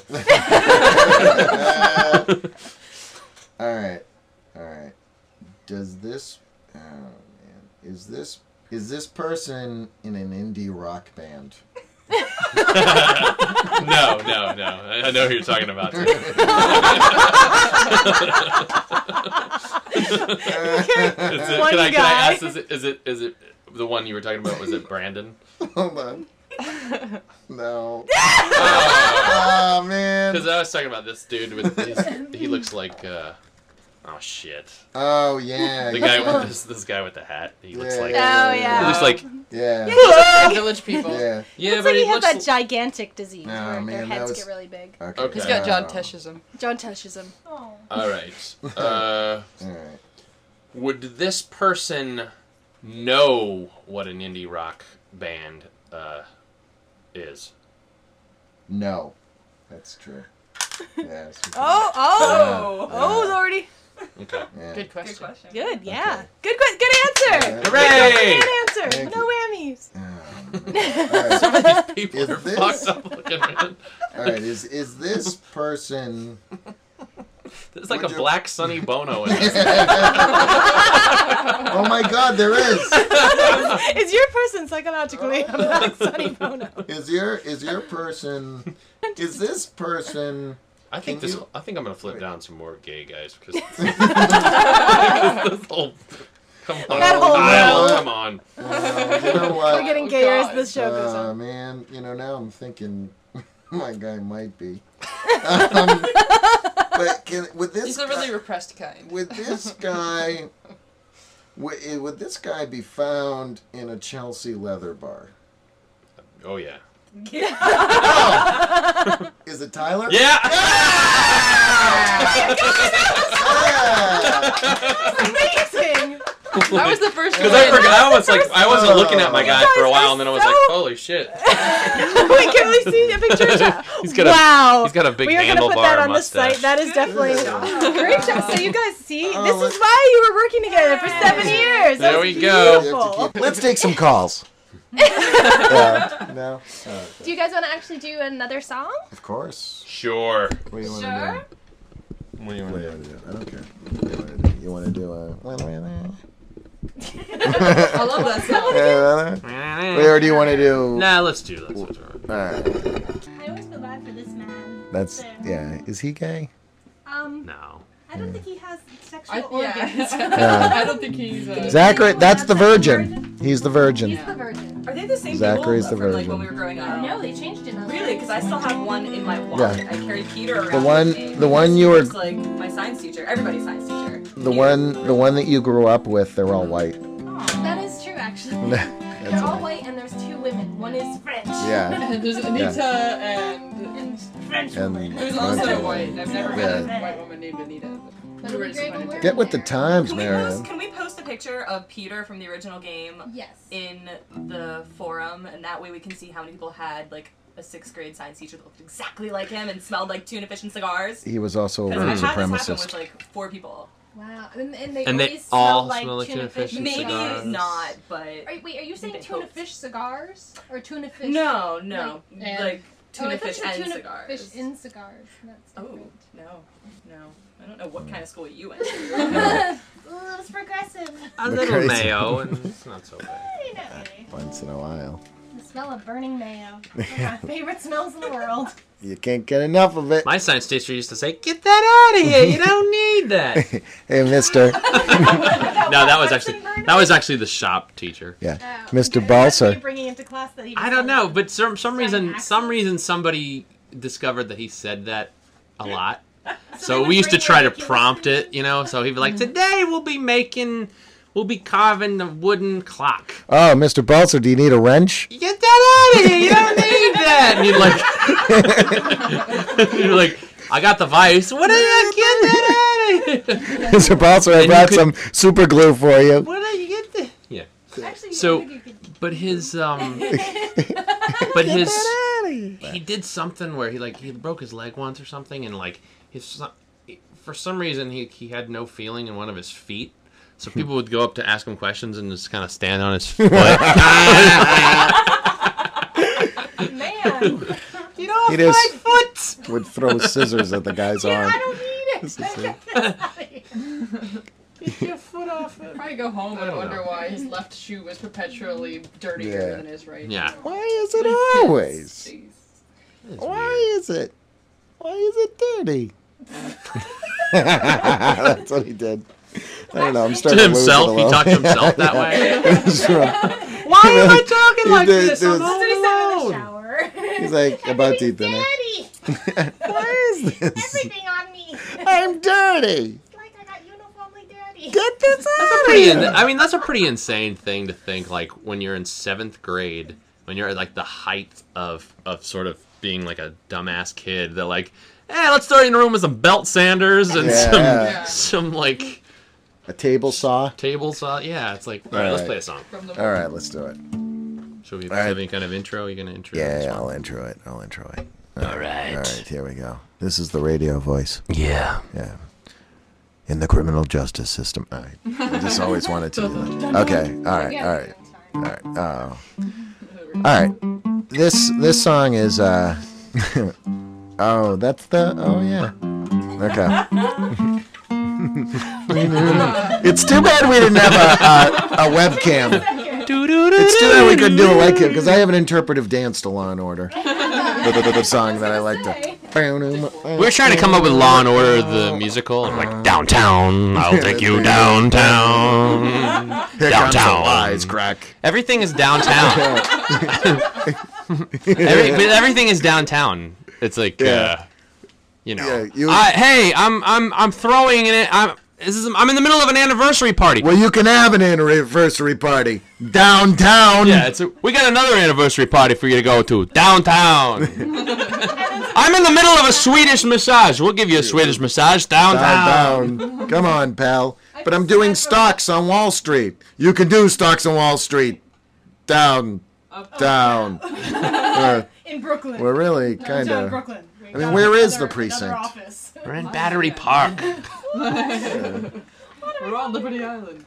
[SPEAKER 4] All right, all right. Does this? Oh man, is this is this person in an indie rock
[SPEAKER 5] [laughs]
[SPEAKER 4] band?
[SPEAKER 5] [laughs]
[SPEAKER 4] [laughs]
[SPEAKER 5] No, no, no. I, I know who you're talking about. Too. Is it,
[SPEAKER 3] One
[SPEAKER 5] can, I, can
[SPEAKER 3] guy.
[SPEAKER 5] I ask? Is it, is it is it the one you were talking about? Was it Brandon?
[SPEAKER 4] Hold on. No.
[SPEAKER 5] Because
[SPEAKER 4] Oh man.
[SPEAKER 5] I was talking about this dude with his, he looks like uh, oh shit,
[SPEAKER 4] Oh yeah.
[SPEAKER 5] the
[SPEAKER 4] yeah.
[SPEAKER 5] guy with this this guy with the hat. He looks like
[SPEAKER 4] Yeah.
[SPEAKER 3] Oh
[SPEAKER 5] he
[SPEAKER 3] yeah.
[SPEAKER 5] looks like
[SPEAKER 4] Yeah.
[SPEAKER 2] Village people.
[SPEAKER 4] Yeah.
[SPEAKER 5] yeah,
[SPEAKER 3] Looks
[SPEAKER 5] but
[SPEAKER 3] like he
[SPEAKER 5] he
[SPEAKER 3] has
[SPEAKER 5] looks.
[SPEAKER 3] that gigantic disease
[SPEAKER 4] No,
[SPEAKER 3] where their
[SPEAKER 4] man, that
[SPEAKER 3] heads
[SPEAKER 4] was-
[SPEAKER 3] get really big.
[SPEAKER 4] Okay.
[SPEAKER 5] Okay.
[SPEAKER 2] He's got John
[SPEAKER 4] Oh.
[SPEAKER 2] Teshism.
[SPEAKER 5] uh,
[SPEAKER 3] John Teshism.
[SPEAKER 5] All right. Uh,
[SPEAKER 4] All right.
[SPEAKER 5] would this person know what an indie rock band uh, is?
[SPEAKER 4] No, that's true. Yes.
[SPEAKER 3] Oh, oh,
[SPEAKER 4] Yeah,
[SPEAKER 3] oh,
[SPEAKER 4] yeah.
[SPEAKER 3] lordy.
[SPEAKER 5] Okay.
[SPEAKER 4] Yeah.
[SPEAKER 2] Good question.
[SPEAKER 1] Good question.
[SPEAKER 3] Good, yeah. Good, que- good answer.
[SPEAKER 4] Yeah.
[SPEAKER 5] Hooray!
[SPEAKER 3] Good answer.
[SPEAKER 4] Thank
[SPEAKER 3] No whammies.
[SPEAKER 4] Oh, man. All right.
[SPEAKER 5] Some of these people
[SPEAKER 4] Is
[SPEAKER 5] are
[SPEAKER 4] this-
[SPEAKER 5] fucked up looking. Man.
[SPEAKER 4] All right. Is is this
[SPEAKER 3] [laughs]
[SPEAKER 4] person?
[SPEAKER 5] There's like
[SPEAKER 4] Would
[SPEAKER 5] a
[SPEAKER 4] you-
[SPEAKER 5] black
[SPEAKER 4] [laughs]
[SPEAKER 5] Sonny Bono in this.
[SPEAKER 4] oh my God! There is.
[SPEAKER 3] is your person psychologically a black Sonny Bono?
[SPEAKER 5] Oh,
[SPEAKER 4] Is your is your person is this person
[SPEAKER 5] I think
[SPEAKER 4] Can
[SPEAKER 5] this.
[SPEAKER 4] you-
[SPEAKER 5] I think I'm gonna flip down some more gay
[SPEAKER 4] [laughs]
[SPEAKER 5] guys because this whole. Come on,
[SPEAKER 4] oh,
[SPEAKER 3] That whole
[SPEAKER 5] Kyle,
[SPEAKER 4] row.
[SPEAKER 5] come on.
[SPEAKER 4] uh, you know what?
[SPEAKER 3] We're getting
[SPEAKER 2] Oh,
[SPEAKER 3] gayer as
[SPEAKER 2] God.
[SPEAKER 3] this show goes
[SPEAKER 4] [laughs] uh,
[SPEAKER 3] on.
[SPEAKER 4] man, you know now I'm thinking [laughs] my guy might be.
[SPEAKER 3] [laughs]
[SPEAKER 4] Um, but can would this
[SPEAKER 2] He's a really
[SPEAKER 4] guy,
[SPEAKER 2] repressed kind.
[SPEAKER 4] would this
[SPEAKER 2] [laughs]
[SPEAKER 4] guy would, eh, would this guy be found in a Chelsea leather bar?
[SPEAKER 5] Oh yeah.
[SPEAKER 4] Is it Tyler?
[SPEAKER 5] [laughs] Yeah.
[SPEAKER 4] Yeah!
[SPEAKER 3] Amazing!
[SPEAKER 2] That was the first
[SPEAKER 5] Because I
[SPEAKER 2] one. [laughs]
[SPEAKER 5] forgot, I was like, I wasn't looking at my guy for a
[SPEAKER 3] guys
[SPEAKER 5] while,
[SPEAKER 3] are
[SPEAKER 5] and then I was
[SPEAKER 3] so-
[SPEAKER 5] like, holy shit.
[SPEAKER 3] we can really see a picture of that.
[SPEAKER 5] [laughs] He's got a-
[SPEAKER 3] wow.
[SPEAKER 5] he's got a big
[SPEAKER 3] We are gonna put
[SPEAKER 5] handlebar
[SPEAKER 3] that on the
[SPEAKER 5] mustache.
[SPEAKER 3] site. That is definitely
[SPEAKER 4] job.
[SPEAKER 3] great job. So you guys see,
[SPEAKER 4] Oh,
[SPEAKER 3] this
[SPEAKER 4] look-
[SPEAKER 3] is why you were working together for seven years. That
[SPEAKER 5] There
[SPEAKER 3] was
[SPEAKER 5] we go.
[SPEAKER 4] You have to
[SPEAKER 3] beautiful.
[SPEAKER 4] keep- Let's take some calls. yeah. No. Oh,
[SPEAKER 3] Do you guys want to actually do another song?
[SPEAKER 4] of course.
[SPEAKER 5] Sure.
[SPEAKER 4] What do you want to do?
[SPEAKER 3] Sure.
[SPEAKER 5] What do you
[SPEAKER 4] What
[SPEAKER 5] want
[SPEAKER 4] do
[SPEAKER 5] to
[SPEAKER 4] you
[SPEAKER 5] do?
[SPEAKER 4] want to do? I don't care. What do You want to do, you wanna do a.
[SPEAKER 1] I love that song.
[SPEAKER 4] Yeah,
[SPEAKER 5] Nah,
[SPEAKER 4] or do you want to do?
[SPEAKER 5] let's do that. Let's do that.
[SPEAKER 4] All right.
[SPEAKER 8] I always feel bad for this man.
[SPEAKER 4] That's yeah. Is he gay?
[SPEAKER 8] Um,
[SPEAKER 5] No.
[SPEAKER 8] I don't think he has sexual
[SPEAKER 2] I, [laughs]
[SPEAKER 8] organs.
[SPEAKER 2] yeah. I don't think he's. Uh,
[SPEAKER 4] Zachary, that's the virgin. He's the virgin.
[SPEAKER 8] He's the virgin.
[SPEAKER 1] Are they the same
[SPEAKER 4] Zachary's the
[SPEAKER 1] people from like when we were growing up?
[SPEAKER 8] No, they changed it.
[SPEAKER 1] Really? Because I still have one in my wallet.
[SPEAKER 4] Yeah.
[SPEAKER 1] I carry Peter around.
[SPEAKER 4] The one-
[SPEAKER 1] with me
[SPEAKER 4] the one you
[SPEAKER 1] because
[SPEAKER 4] were-
[SPEAKER 1] he was, like my science teacher. Everybody's science teacher.
[SPEAKER 4] The one, the one that you grew up with. They're all white.
[SPEAKER 8] That is true, actually. They're
[SPEAKER 4] [laughs] That's
[SPEAKER 8] all
[SPEAKER 4] all right.
[SPEAKER 8] white, and there's two women. One is French.
[SPEAKER 4] Yeah.
[SPEAKER 2] There's Anita and.
[SPEAKER 8] And French
[SPEAKER 4] And-
[SPEAKER 8] woman.
[SPEAKER 2] There's
[SPEAKER 4] Okay.
[SPEAKER 2] also a white. I've never met
[SPEAKER 4] Yeah.
[SPEAKER 2] a white woman named Anita.
[SPEAKER 8] But it'd be great when we're
[SPEAKER 4] Get with the
[SPEAKER 8] there.
[SPEAKER 4] times,
[SPEAKER 1] Can we, post,
[SPEAKER 4] Marion.
[SPEAKER 1] can we post a picture of Peter from the original game
[SPEAKER 8] Yes.
[SPEAKER 1] in the forum, and that way we can see how many people had like a sixth grade science teacher that looked exactly like him and smelled like tuna fish and cigars.
[SPEAKER 4] He was also a
[SPEAKER 1] Because
[SPEAKER 4] white
[SPEAKER 1] I've had this happen with
[SPEAKER 4] supremacist.
[SPEAKER 1] like four people.
[SPEAKER 8] Wow. And, and they
[SPEAKER 5] And they
[SPEAKER 8] always
[SPEAKER 5] all
[SPEAKER 8] smell,
[SPEAKER 5] smell
[SPEAKER 8] like tuna fish.
[SPEAKER 5] and
[SPEAKER 1] Maybe
[SPEAKER 5] cigars.
[SPEAKER 1] not, but
[SPEAKER 8] Are, wait, are you saying
[SPEAKER 1] They
[SPEAKER 8] tuna
[SPEAKER 1] hope.
[SPEAKER 8] fish cigars or tuna fish?
[SPEAKER 1] no, no,
[SPEAKER 2] Like, and-
[SPEAKER 1] like
[SPEAKER 8] Oh,
[SPEAKER 1] tuna
[SPEAKER 8] I thought you
[SPEAKER 1] fish
[SPEAKER 8] said
[SPEAKER 1] and
[SPEAKER 8] tuna
[SPEAKER 1] cigars.
[SPEAKER 8] fish in cigars. That's
[SPEAKER 1] oh
[SPEAKER 8] different.
[SPEAKER 1] no, no, I don't know what kind of school you went.
[SPEAKER 4] [laughs]
[SPEAKER 1] to.
[SPEAKER 8] Well, it was progressive.
[SPEAKER 5] A
[SPEAKER 4] The
[SPEAKER 5] little
[SPEAKER 4] crazy-
[SPEAKER 5] mayo, and it's not so bad.
[SPEAKER 8] You know me.
[SPEAKER 4] Once in a while,
[SPEAKER 8] The smell of burning mayo. One of my favorite smells in the world.
[SPEAKER 4] you can't get enough of it.
[SPEAKER 5] My science teacher used to say, "Get that out of here!
[SPEAKER 3] [laughs]
[SPEAKER 5] You don't need that."
[SPEAKER 4] Hey, Mister.
[SPEAKER 5] no, that was actually that was actually the shop teacher.
[SPEAKER 4] Yeah,
[SPEAKER 8] Oh.
[SPEAKER 4] Mister
[SPEAKER 8] Why was he
[SPEAKER 4] Balser.
[SPEAKER 8] bringing him to class that he
[SPEAKER 5] I
[SPEAKER 8] was
[SPEAKER 5] don't know,
[SPEAKER 8] like-
[SPEAKER 5] but some some reason
[SPEAKER 8] accent?
[SPEAKER 5] some reason somebody discovered that he said that
[SPEAKER 3] [laughs]
[SPEAKER 5] a lot.
[SPEAKER 8] they
[SPEAKER 5] So
[SPEAKER 8] would
[SPEAKER 5] we used to
[SPEAKER 8] bring
[SPEAKER 5] try
[SPEAKER 8] in
[SPEAKER 5] to
[SPEAKER 8] ridiculous
[SPEAKER 5] prompt it, you know. So he'd be like,
[SPEAKER 3] Mm-hmm.
[SPEAKER 5] "Today we'll be making, we'll be carving the wooden clock."
[SPEAKER 4] Oh, Mister Balser, do you need a wrench?
[SPEAKER 5] Get that out of here! You don't need that. And you're like, [laughs] you're like, I got the vice. What are you? Get that out of here!
[SPEAKER 4] Mister Balser,
[SPEAKER 5] And
[SPEAKER 4] I
[SPEAKER 5] you
[SPEAKER 4] brought
[SPEAKER 5] could-
[SPEAKER 4] some super glue for you.
[SPEAKER 5] What are you get the? Yeah.
[SPEAKER 8] Actually,
[SPEAKER 5] So-
[SPEAKER 8] I think you
[SPEAKER 5] [laughs]
[SPEAKER 8] could-
[SPEAKER 5] But
[SPEAKER 4] [laughs]
[SPEAKER 5] his um but his he did something where he like he broke his leg once or something and like his so- for some reason he he had no feeling in one of his feet. So people would go up to ask him questions and just kind of stand
[SPEAKER 4] [laughs]
[SPEAKER 5] on his foot. [laughs] [laughs]
[SPEAKER 8] man,
[SPEAKER 5] you know,
[SPEAKER 4] It is-
[SPEAKER 5] my foot.
[SPEAKER 4] Would throw scissors at the guy's arm.
[SPEAKER 8] I don't need it.
[SPEAKER 5] Get your foot off it.
[SPEAKER 2] Probably go home
[SPEAKER 5] I
[SPEAKER 2] and
[SPEAKER 5] don't
[SPEAKER 2] wonder
[SPEAKER 5] know.
[SPEAKER 2] why his left shoe was perpetually dirtier
[SPEAKER 4] Yeah.
[SPEAKER 2] than his right.
[SPEAKER 5] Yeah.
[SPEAKER 4] Why is it always?
[SPEAKER 2] Jeez.
[SPEAKER 4] Why is it? Why is it dirty?
[SPEAKER 5] [laughs]
[SPEAKER 4] That's what he did. I don't know. I'm
[SPEAKER 5] To
[SPEAKER 4] starting to, lose it a
[SPEAKER 5] himself, he
[SPEAKER 4] little.
[SPEAKER 5] talked to himself that way.
[SPEAKER 4] [laughs] That's right.
[SPEAKER 5] Why am I talking
[SPEAKER 4] He
[SPEAKER 5] like
[SPEAKER 4] did-
[SPEAKER 5] this?
[SPEAKER 4] it
[SPEAKER 5] I'm
[SPEAKER 4] was-
[SPEAKER 5] all
[SPEAKER 8] That's what he said in the
[SPEAKER 5] alone.
[SPEAKER 8] shower.
[SPEAKER 4] He's like [laughs] about to eat dinner.
[SPEAKER 8] Daddy,
[SPEAKER 4] [laughs] Why is this?
[SPEAKER 8] everything on
[SPEAKER 4] [laughs]
[SPEAKER 8] me.
[SPEAKER 4] I'm dirty.
[SPEAKER 8] Like I got uniformly dirty.
[SPEAKER 4] Get this
[SPEAKER 5] That's
[SPEAKER 4] out of
[SPEAKER 5] pretty. In,
[SPEAKER 4] here.
[SPEAKER 5] I mean, that's a pretty insane thing to think. Like when you're in seventh grade, when you're at like the height of of sort of being like a dumbass kid, that like, eh, let's throw you in a room with some belt sanders and
[SPEAKER 4] Yeah.
[SPEAKER 2] Yeah.
[SPEAKER 5] some some like
[SPEAKER 4] A table saw.
[SPEAKER 5] table saw. Yeah, it's like, all right, let's
[SPEAKER 4] Alright.
[SPEAKER 5] play a song.
[SPEAKER 2] From the
[SPEAKER 4] All right, let's do it.
[SPEAKER 5] Should we
[SPEAKER 4] Alright.
[SPEAKER 5] have any kind of intro? you gonna intro?
[SPEAKER 4] Yeah,
[SPEAKER 5] this
[SPEAKER 4] yeah,
[SPEAKER 5] one?
[SPEAKER 4] I'll intro it. I'll intro it. All right. All right, here we go. This is the radio voice.
[SPEAKER 5] Yeah.
[SPEAKER 4] Yeah. In the criminal justice system. I, I just always wanted to do that. Okay. All right. All right. All right. Oh. All right. This this song is uh [laughs] Oh, that's the Oh yeah. Okay. [laughs] it's too bad we didn't have a, a, a webcam. It's too bad we couldn't do it like it because I have an interpretive dance to Law and Order. The, the- the song that I like to.
[SPEAKER 5] We We're trying to come up with Law and Order the musical. I'm like
[SPEAKER 4] [laughs]
[SPEAKER 5] downtown. I'll take you downtown.
[SPEAKER 4] Here comes the
[SPEAKER 5] Downtown.
[SPEAKER 4] lies, crack.
[SPEAKER 5] Everything is downtown.
[SPEAKER 4] [laughs]
[SPEAKER 5] Every, but everything is downtown. It's like, uh,
[SPEAKER 4] Yeah.
[SPEAKER 5] you know,
[SPEAKER 4] Yeah, you-
[SPEAKER 5] I, hey, I'm I'm I'm throwing it. I'm this is I'm in the middle of an anniversary party.
[SPEAKER 4] Well, you can have an anniversary party downtown.
[SPEAKER 5] Yeah, it's a, we got another anniversary party for you to go to [laughs] downtown. I'm in the middle of a Swedish massage. We'll give you a Swedish massage downtown.
[SPEAKER 4] downtown. Come on, pal. But I'm doing stocks on Wall Street. You can do stocks on Wall Street. Down,
[SPEAKER 8] [laughs]
[SPEAKER 4] down. We're-
[SPEAKER 8] In Brooklyn.
[SPEAKER 4] We're really kind
[SPEAKER 8] Down in
[SPEAKER 4] of.
[SPEAKER 8] Brooklyn.
[SPEAKER 4] I mean, where is the precinct?
[SPEAKER 8] office.
[SPEAKER 5] We're in Battery Park.
[SPEAKER 2] We're on Liberty Island.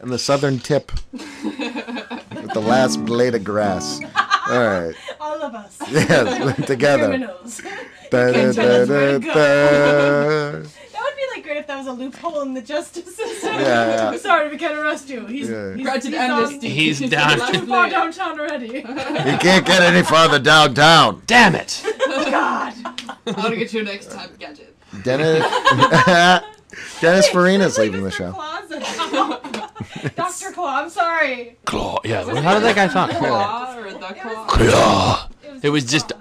[SPEAKER 4] And the southern tip. With the last blade of grass. All right. [laughs]
[SPEAKER 8] All of us. [laughs]
[SPEAKER 4] Yes, together.
[SPEAKER 8] Criminals. [laughs]
[SPEAKER 4] Da, da, da, da, da.
[SPEAKER 8] That would be like great if that that was a loophole in the justice system.
[SPEAKER 4] [laughs] Yeah, yeah.
[SPEAKER 8] Sorry, we can't arrest you. He's,
[SPEAKER 4] Yeah.
[SPEAKER 8] he's,
[SPEAKER 2] Granted
[SPEAKER 8] he's,
[SPEAKER 2] amnesty. [laughs]
[SPEAKER 5] He's down.
[SPEAKER 8] on- too far downtown [laughs] already.
[SPEAKER 4] You can't get any
[SPEAKER 8] [laughs]
[SPEAKER 4] farther downtown.
[SPEAKER 5] Damn it!
[SPEAKER 8] God.
[SPEAKER 2] I want to get you next time, [laughs] Gadget.
[SPEAKER 4] Dennis [laughs] Dennis Farina's leaving the show.
[SPEAKER 8] [laughs] Closet. Dr. Claw, I'm sorry.
[SPEAKER 5] Claw. Yeah. How did that
[SPEAKER 4] [laughs]
[SPEAKER 5] guy talk?
[SPEAKER 4] Oh.
[SPEAKER 2] Claw or the claw?
[SPEAKER 5] Claw. It was
[SPEAKER 8] Claw.
[SPEAKER 5] just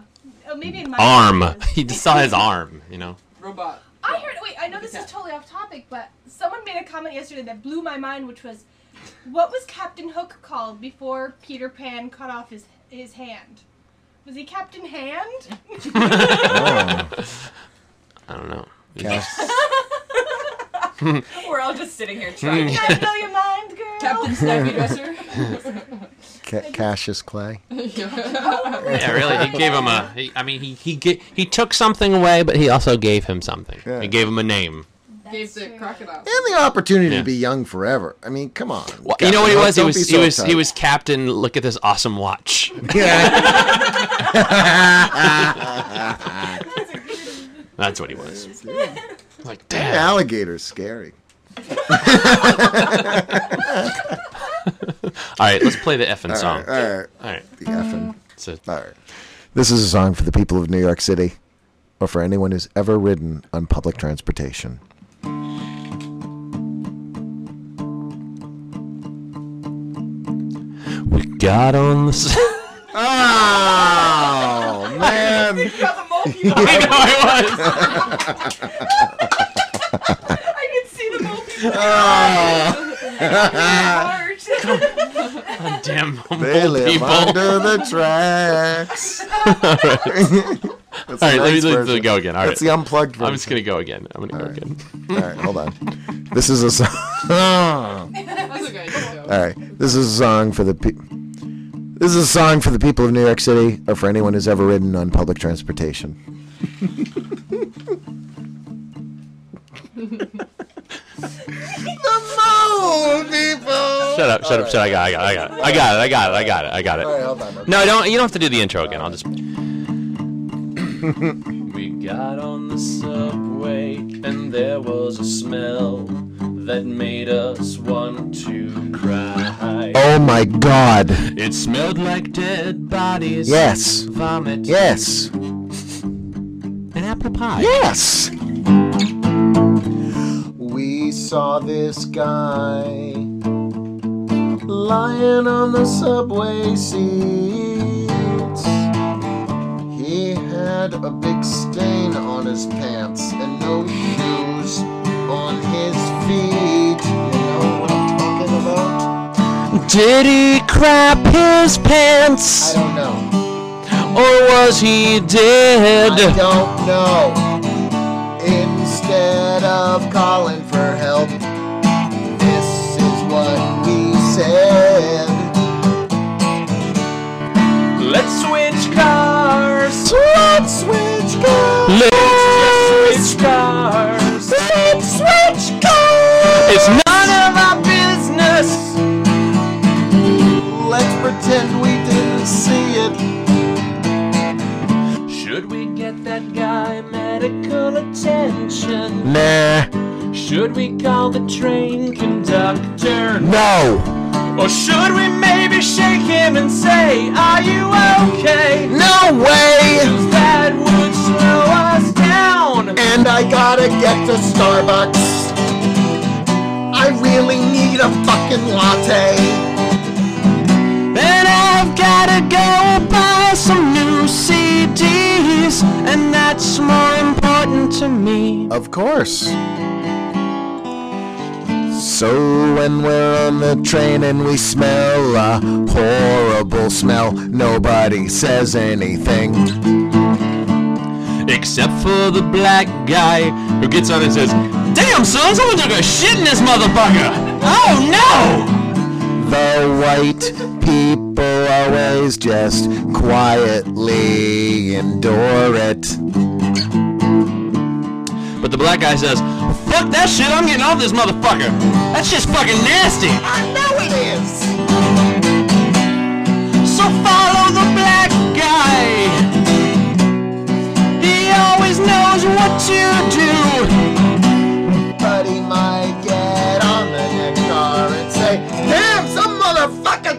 [SPEAKER 8] Oh, maybe in my
[SPEAKER 5] arm. [laughs] He just saw his arm. You know.
[SPEAKER 2] Robot.
[SPEAKER 8] I heard. Wait, I know this is totally off topic, but someone made a comment yesterday that blew my mind, which was, "What was Captain Hook called before Peter Pan cut off his his hand? Was he Captain
[SPEAKER 5] [laughs]
[SPEAKER 8] Hand?"
[SPEAKER 4] Oh,
[SPEAKER 5] I don't know.
[SPEAKER 4] Cass-
[SPEAKER 1] We're all just sitting here
[SPEAKER 4] [laughs] Hmm.
[SPEAKER 1] trying.
[SPEAKER 8] Did I blow your mind, girl?
[SPEAKER 2] Captain Snappy [laughs] Dresser.
[SPEAKER 4] Ca- Cassius Clay.
[SPEAKER 5] Yeah, really. He gave him a. He, I mean, he he ga- he took something away, but he also gave him something.
[SPEAKER 4] Yeah.
[SPEAKER 5] He gave him a name.
[SPEAKER 2] Gave the crocodile.
[SPEAKER 4] And the opportunity
[SPEAKER 5] Yeah.
[SPEAKER 4] to be young forever. I mean, come on.
[SPEAKER 5] Well, you know what he was? He
[SPEAKER 4] Don't
[SPEAKER 5] was
[SPEAKER 4] be
[SPEAKER 5] he
[SPEAKER 4] so
[SPEAKER 5] was he
[SPEAKER 4] uptight. [laughs]
[SPEAKER 5] was captain. Look at this awesome watch.
[SPEAKER 4] Yeah.
[SPEAKER 5] That's what
[SPEAKER 1] [laughs]
[SPEAKER 5] he was. Like damn.
[SPEAKER 4] Alligator's scary.
[SPEAKER 5] All right, let's play the effing
[SPEAKER 4] All
[SPEAKER 5] song.
[SPEAKER 4] right, all right,
[SPEAKER 5] All right.
[SPEAKER 4] the effing.
[SPEAKER 5] So
[SPEAKER 4] All right. This is a song for the people of New York City, or for anyone who's ever ridden on public transportation.
[SPEAKER 5] we got on the. s- [laughs]
[SPEAKER 4] Oh man!
[SPEAKER 5] I know it was.
[SPEAKER 1] [laughs] I can see the movie.
[SPEAKER 4] [laughs]
[SPEAKER 1] [laughs]
[SPEAKER 4] Ah.
[SPEAKER 5] [laughs] Damn
[SPEAKER 4] [laughs] They
[SPEAKER 5] humble
[SPEAKER 4] live
[SPEAKER 5] [laughs] people.
[SPEAKER 4] under the
[SPEAKER 5] [laughs]
[SPEAKER 4] tracks. That's
[SPEAKER 5] All right, let me,
[SPEAKER 4] nice
[SPEAKER 5] let me
[SPEAKER 4] version.
[SPEAKER 5] go again. All right.
[SPEAKER 4] That's the unplugged version.
[SPEAKER 5] I'm just gonna go again. I'm gonna go again.
[SPEAKER 4] All right, hold on. This is a song. [laughs] All
[SPEAKER 2] That's a good idea.
[SPEAKER 4] right, this is a song for the. Pe- this is a song for the people of New York City, or for anyone who's ever ridden on public transportation. the moon, people.
[SPEAKER 5] Shut up! Shut up! Shut up! I got! I got! I got! I got it! I got it! I got it! I got it!
[SPEAKER 4] hold on.
[SPEAKER 5] No, don't. You don't have to do the intro again. I'll just. we got on the subway and there was a smell that made us want to cry.
[SPEAKER 4] Oh my God!
[SPEAKER 5] It smelled like dead bodies.
[SPEAKER 4] Yes.
[SPEAKER 5] Vomit.
[SPEAKER 4] Yes.
[SPEAKER 5] And apple pie.
[SPEAKER 4] Yes! We saw this guy lying on the subway seats. He had a big stain on his pants and no shoes on his feet. You know what I'm talking about?
[SPEAKER 5] Did he crap his pants?
[SPEAKER 4] I don't know.
[SPEAKER 5] Or was he
[SPEAKER 4] I
[SPEAKER 5] dead?
[SPEAKER 4] don't know. Instead of calling for help, This is what we said.
[SPEAKER 5] Let's switch cars.
[SPEAKER 4] Let's switch cars.
[SPEAKER 5] Let's just switch cars.
[SPEAKER 4] Let's switch cars.
[SPEAKER 5] It's none of our
[SPEAKER 4] business. Let's pretend we didn't see it.
[SPEAKER 5] Should we get that guy medical attention?
[SPEAKER 4] Nah.
[SPEAKER 5] Should we call the train conductor?
[SPEAKER 4] No.
[SPEAKER 5] Or should we maybe shake him and say, Are you okay?
[SPEAKER 4] No way.
[SPEAKER 5] 'Cause that would slow us down.
[SPEAKER 4] And I gotta get to Starbucks. I really need a fucking latte.
[SPEAKER 5] And I've gotta go buy some new CDs, and that's more important to me.
[SPEAKER 4] Of course. So when we're on the train and we smell a horrible smell, nobody says anything.
[SPEAKER 5] Except for the black guy who gets on and says, Damn, son, someone took a shit in this motherfucker! Oh no!
[SPEAKER 4] The white people always just quietly endure it.
[SPEAKER 5] But the black guy says, Fuck that shit, I'm getting off this motherfucker! That's just fucking nasty!
[SPEAKER 4] I know it is!
[SPEAKER 5] So follow the black guy! He always knows what to do!
[SPEAKER 4] But he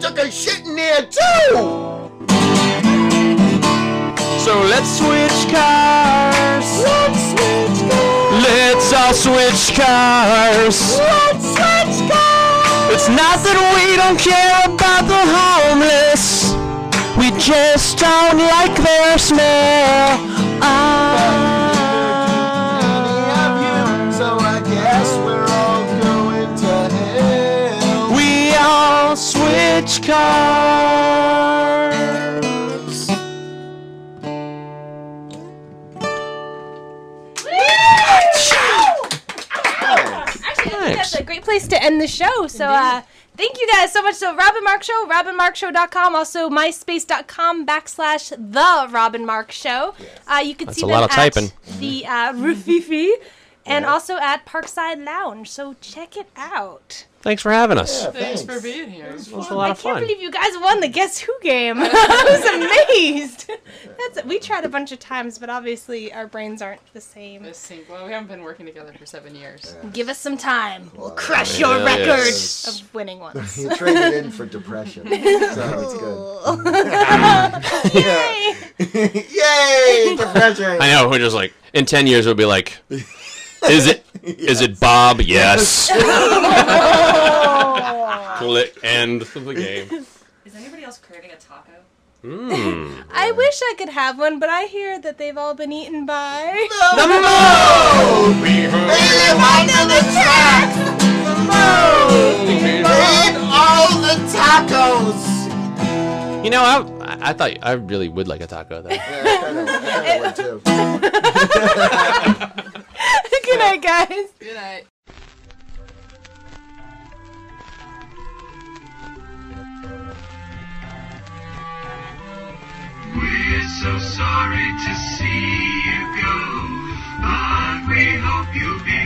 [SPEAKER 4] took a shit in here too.
[SPEAKER 5] So let's switch cars. Let's switch cars. Let's all switch cars. Let's switch cars. It's not that we don't care about the homeless. We just don't like their smell. Ah,
[SPEAKER 4] So I guess we're all going to hell.
[SPEAKER 5] We all switch cars.
[SPEAKER 8] Actually, I think
[SPEAKER 5] Thanks.
[SPEAKER 8] that's a
[SPEAKER 3] great place to end the show. So uh, thank you guys so much. So Robin Mark Show, robinmarkshow.com, also myspace.com backslash the Robin Mark Show. Uh, you can
[SPEAKER 5] That's
[SPEAKER 3] see
[SPEAKER 5] a
[SPEAKER 3] them
[SPEAKER 5] lot of
[SPEAKER 3] at
[SPEAKER 5] typing.
[SPEAKER 3] the uh,
[SPEAKER 5] [laughs]
[SPEAKER 3] Rufifi and also at Parkside Lounge. So check it out.
[SPEAKER 5] Thanks for having us.
[SPEAKER 4] Yeah,
[SPEAKER 2] Thanks for being here.
[SPEAKER 5] It was a lot
[SPEAKER 3] I
[SPEAKER 5] of fun.
[SPEAKER 3] can't believe you guys won the Guess Who game. [laughs] I was amazed. That's we tried a bunch of times, but obviously our brains aren't the same.
[SPEAKER 2] This thing- well, we haven't been working together for seven years.
[SPEAKER 3] Give us some time. We'll
[SPEAKER 4] Wow.
[SPEAKER 3] crush your
[SPEAKER 5] Uh, Yeah,
[SPEAKER 3] record
[SPEAKER 5] yes.
[SPEAKER 3] of winning ones.
[SPEAKER 4] He traded in for depression, so it's good.
[SPEAKER 3] Yay!
[SPEAKER 4] [laughs] Yay, depression!
[SPEAKER 5] I know. We're just like in ten years, we'll be like, is it is it Bob?
[SPEAKER 3] [laughs]
[SPEAKER 5] Yes. Click end of the game.
[SPEAKER 1] Is anybody else craving a taco?
[SPEAKER 5] Mm.
[SPEAKER 3] I wish I could have one, but I hear that they've all been eaten by. [laughs]
[SPEAKER 4] Oh, Oh. all the tacos.
[SPEAKER 5] You know, I I thought I really would like a taco though.
[SPEAKER 3] Good night, guys.
[SPEAKER 2] Good night.
[SPEAKER 9] We're so sorry to see you go, but we hope you'll be